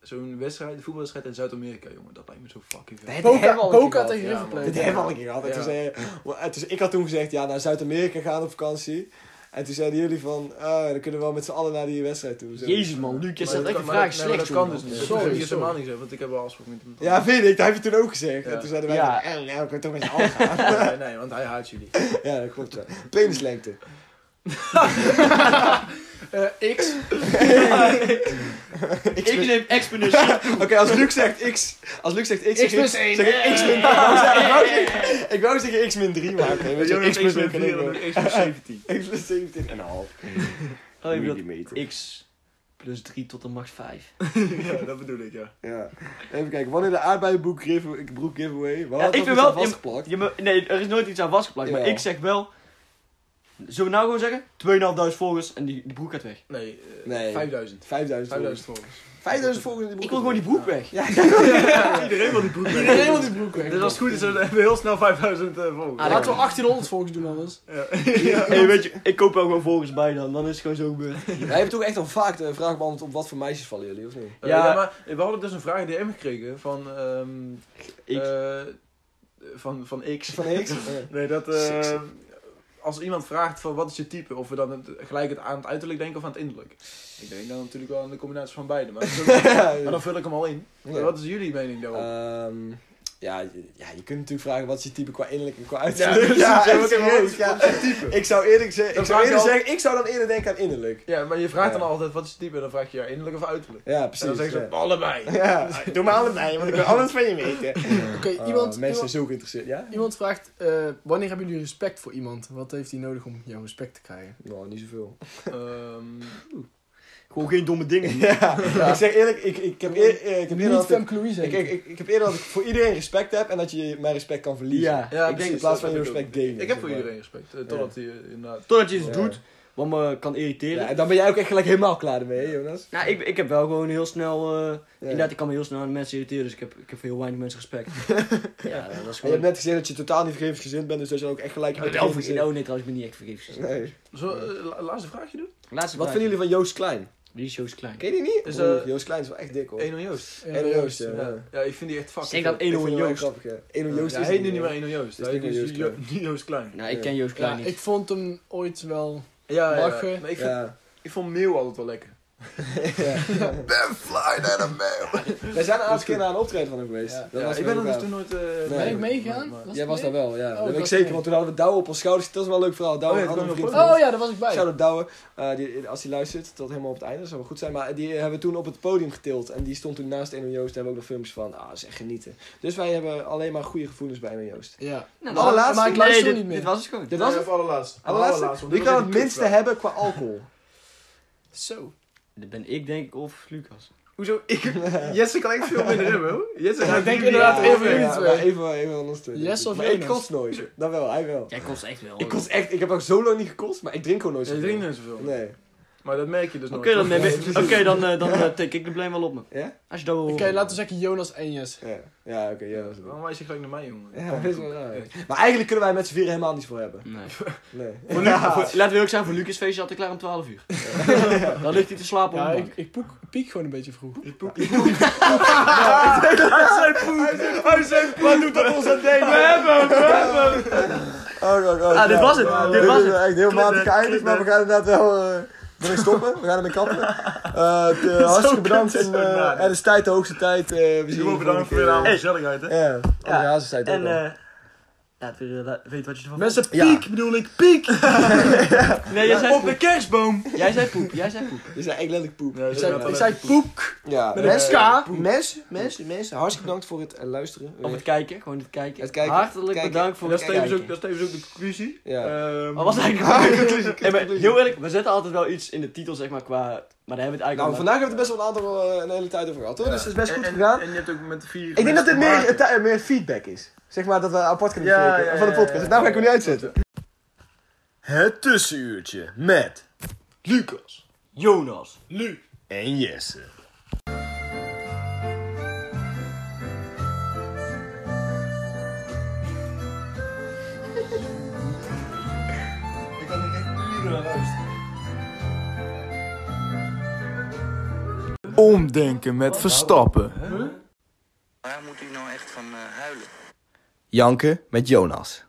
zo'n wedstrijd, een voetbalwedstrijd in Zuid-Amerika, jongen. Dat lijkt me zo fucking vet.
Boca,
hebben we al een
Boca
keer
tegen
gehad,
River
ja,
Plate.
Dit hebben we al een keer gehad. En
Ja.
toen zei je- wel, en toen- ik had toen gezegd, ja, naar Zuid-Amerika gaan op vakantie. En toen zeiden jullie van, eh, dan kunnen we wel met z'n allen naar die wedstrijd toe. Zo.
Jezus man, Luc, jij
Maar
stelt echt
kan-
een
maar
vraag
dat- nee, maar
slecht,
Dat kan dus
jongen.
niet.
Sorry,
Dat kan ik
sorry.
helemaal niet zeggen, want ik heb wel afspraken met hem.
Ja, weet ik. Dat heb je toen ook gezegd.
Ja.
En toen zeiden wij,
Ja.
ja, eh, ja, we kunnen toch met z'n allen gaan.
nee, nee, want hij haat jullie.
ja, dat klopt. Ja. Penislengte.
Eh, X,
Ik neem exponentieel.
Oké, als Luc zegt x, als Luc zegt x,
X plus
zeg ik- zeg ik x min ik wou zeggen- ik wou zeggen- Ik wou zeggen x min 3, maar oké, weet je,
Jonas,
x plus
min
3 kan ook wel.
en X plus 17.
x plus 17 en een half
Oh, ik bedoel,
Millimeter.
x plus 3 tot de max 5.
Ja, dat bedoel ik, ja.
Ja. Even kijken, wanneer de aardbeienbroek give- broek giveaway? Waar
Ja,
had dat
ik ben
iets
wel-
aan vastgeplakt?
Je me- nee, er is nooit iets aan vastgeplakt, maar
Ja.
ik zeg wel... Zullen we nou gewoon zeggen? 2500 volgers en die, die broek gaat weg.
Nee, eh,
Nee. 5000
5000.
volgers.
5000 volgers.
5000 volgers in die broek.
Ik wil gewoon die broek weg.
Iedereen wil die broek.
iedereen wil die broek weg.
Dus als het goed is, dan hebben we heel snel 5000 eh, volgers.
Ah,
Laten we 1800 volgens doen anders.
Ja.
Hey, weet je, ik koop wel gewoon volgers bij dan, dan is het gewoon zo gebeurd.
Wij hebben toch echt al vaak de vraag beantwoord op wat voor meisjes vallen jullie, of niet?
Eh,
Ja.
ja. maar we hadden dus een vraag in de DM gekregen van, ehm
X.
eh, van, van X.
Van niks?
Nee, dat... eh,
Sexy.
als iemand vraagt van wat is je type, of we dan het- gelijk het aan het uiterlijk denken of aan het innerlijk. Ik denk dan natuurlijk wel aan de combinatie van beide, maar, maar dan vul ik hem al in.
Ja.
Wat is jullie mening daarop?
Ehm, ja, je- ja, je kunt natuurlijk vragen wat is je type qua innerlijk en qua
ja,
uiterlijk.
dus
echt
wat, is-
serieus,
wat is
ja.
wat is je type?
Ik zou eerlijk zeggen, ik
Dat
zou
vraag je
eerlijk
al-
zeggen, ik zou dan eerder denken aan innerlijk.
Ja, maar je vraagt
Ja.
dan altijd wat is je type en dan vraag je ja, innerlijk of uiterlijk.
Ja,
En dan
precies.
zeggen ze
ja.
allebei.
Ja, doe maar allebei, want ik wil alles van je weten.
Oké,
Oh,
iemand,
mensen zijn
iemand,
zo geïnteresseerd, ja?
iemand vraagt, eh, wanneer hebben jullie respect voor iemand? Wat heeft hij nodig om jouw respect te krijgen?
Nou, niet zoveel.
Ehm,
Gewoon geen domme dingen.
Ja, ik zeg eerlijk, ik, ik heb eer- eh, ik heb eerder
Niet
dat ik,
Femke Louise.
ik, ik, ik heb eerder dat ik voor iedereen respect heb en dat je mijn respect kan verliezen.
Ja.
ja,
ik denk in
precies,
plaats van
dat
je
heb ik ook.
respect gamen.
Ik heb voor
zeg maar.
iedereen respect. eh, Totdat hij eh, inderdaad...
Totdat je iets
Ja.
doet wat me kan irriteren.
Ja, en dan ben jij ook echt gelijk helemaal klaar ermee, hè, Jonas.
Nou, ik, ik heb wel gewoon heel snel... eh,
Ja.
Inderdaad, ik kan me heel snel aan mensen irriteren, dus ik heb, ik heb heel weinig mensen respect. ja, dat
En
is
je hebt
gewoon...
net gezegd dat je totaal niet vergevensgezind bent, dus dat je dan ook echt gelijk uit
Oh, verge- oh nee, trouwens, ik ben niet echt vergevens.
Nee.
Zullen we, eh, la- laatste vraagje doen?
Laatste
Wat vinden jullie van Joost Klein?
Die show is klein.
Ken je die niet?
Is,
Oeh,
eh,
Joost Klein is wel echt dik hoor.
Eén Joost.
Eno Joost, Oh. ja.
Ja. ja, ik vind die echt fucking
Zeg dan
vet.
Ik vind
1
hem wel
Joost.
grappig, ja. Eno Joost
Ja,
is
hij heet
het
nu niet
hè?
meer 1 Joost.
Is
Hij
dit
heet nu
een Joost
Joost,
Klein?
Jo- Joost Klein.
Nou, ik ken Joost Klein
ja,
niet.
ik vond hem ooit wel...
Ja, ja, ja.
Lachen.
Maar ik, vind,
Ja.
ik vond Meeuw altijd wel lekker.
Wij zijn een aantal keer naar een optreden van hem geweest.
Ja.
Dat
Ja,
was
ik
wel
ben er
gaaf.
dus toen nooit... eh,
Ben ik
maar-
meegegaan? Was
Jij
ik
was
mee?
daar wel, ja. dat
dat
weet ik
was
zeker,
mee.
want toen hadden we Douwe op ons schouders. Dat is wel een leuk verhaal. Douwe,
Oh,
een
ja,
andere
dat
vriend
kan
van ons.
Oh ja, daar was ik bij.
Shout-out Douwe. Eh, die, als hij luistert, tot helemaal op het einde. Dat zou wel goed zijn. Maar die hebben we toen op het podium getild. En die stond toen naast Eno Joost. Daar hebben we ook nog filmpjes van. Ah, dat is echt genieten. Dus wij hebben alleen maar goede gevoelens bij Eno Joost.
Ja.
Nou,
Alle laatste?
Maar ik luister
dit,
niet meer.
Dit was het gewoon.
Dit was het?
allerlaatst.
Oh, Allerlaatste? Wie kan het minste hebben qua alcohol?
Zo.
Dit ben ik denk ik of Lucas.
Hoezo? Ik, Jesse kan echt veel minder hebben, hoor. Jesse
Ja,
gaat
ik denk
drie- ja,
inderdaad even
ja.
iets.
Ja, maar even, even anders twee.
Yes of
maar ik
Jonas?
kost nooit. Dan wel, hij wel.
Jij kost echt wel.
Ik kost echt, ik heb ook zo lang niet gekost, maar ik drink gewoon nooit
Ze
zoveel.
drinken niet zoveel.
Nee.
Maar dat merk je dus nog.
Oké, dan, neem
Ja,
ik-
precies.
oké, dan, eh, dan eh, tik ik de blame wel op me.
Ja?
Als je dat wil
Oké,
horen.
laten we zeggen Jonas en Jesse.
Ja, ja oké, ja, dat is wel.
Waarom wijs je gelijk naar mij, jongen?
Ja, dat is wel raar. Oh, Maar eigenlijk kunnen wij met z'n vieren helemaal niets voor hebben.
Nee.
Nee.
Voor Lu- voor- laten we ook zijn, voor Lucas feestje had ik klaar om 12 uur. Dan ligt hij te slapen
Ja,
op de
ik,
bank.
ik poek, piek gewoon een beetje vroeg.
Wat doet dat ons aan denken? Oh god, god.
Ah, dit was het. Dit was het.
echt heel matig
Clip,
geëindigd,
clip,
maar we gaan inderdaad wel eh, ermee stoppen. We gaan ermee kappen. Eh, het, eh, hartstikke bedankt. En, eh,
nadenken.
het is tijd, de hoogste tijd. eh we zien
Jongen, bedankt voor je
avond.
gezelligheid, hè.
Ja, André Hazes zei het ook
En,
al.
eh laat weer, eh, la- weet wat je ervan
Mensen,
Ja.
piek bedoel ik, piek!
vindt. Nee, jij zei
Op
poep.
de kerstboom!
Jij zei poep. Jij zei poep.
Dit is echt letterlijk poep.
Nee,
Ik
dat
zei,
gaat
ik
wel
zei
echt.
poek!
Ja,
Met een ska.
Mensen, mensen, mensen, hartstikke bedankt voor het eh, luisteren.
Of het kijken, gewoon het kijken.
Het kijken,
Hartelijk
kijken.
bedankt voor
Dat
het
is
kijken.
tevens ook, dat is tevens ook de conclusie.
Ja.
Ehm,
Maar wat is eigenlijk... Hey, maar heel eerlijk, we zetten altijd wel iets in de titel, zeg maar, qua... Maar daar hebben we het eigenlijk
Nou,
al-
vandaag hebben we het best wel een aantal, eh, een hele tijd over gehad, hoor.
ja.
Dus het is best goed
En- en-
gedaan.
En je hebt ook met vier...
Ik denk dat dit
mensen
meer,
te maken.
eh, eh, meer feedback is. Zeg maar dat we apart kunnen
Ja,
bespreken
ja, ja,
van de podcast.
ja, ja.
Nou ga ik hem niet uitzetten. Het tussenuurtje met Lucas
Jonas.
en Jesse.
Ik kan er echt uren aan luisteren. Omdenken
Oh,
met Verstappen.
Waar moet u nou echt van eh, huilen?
Janken met Jonas.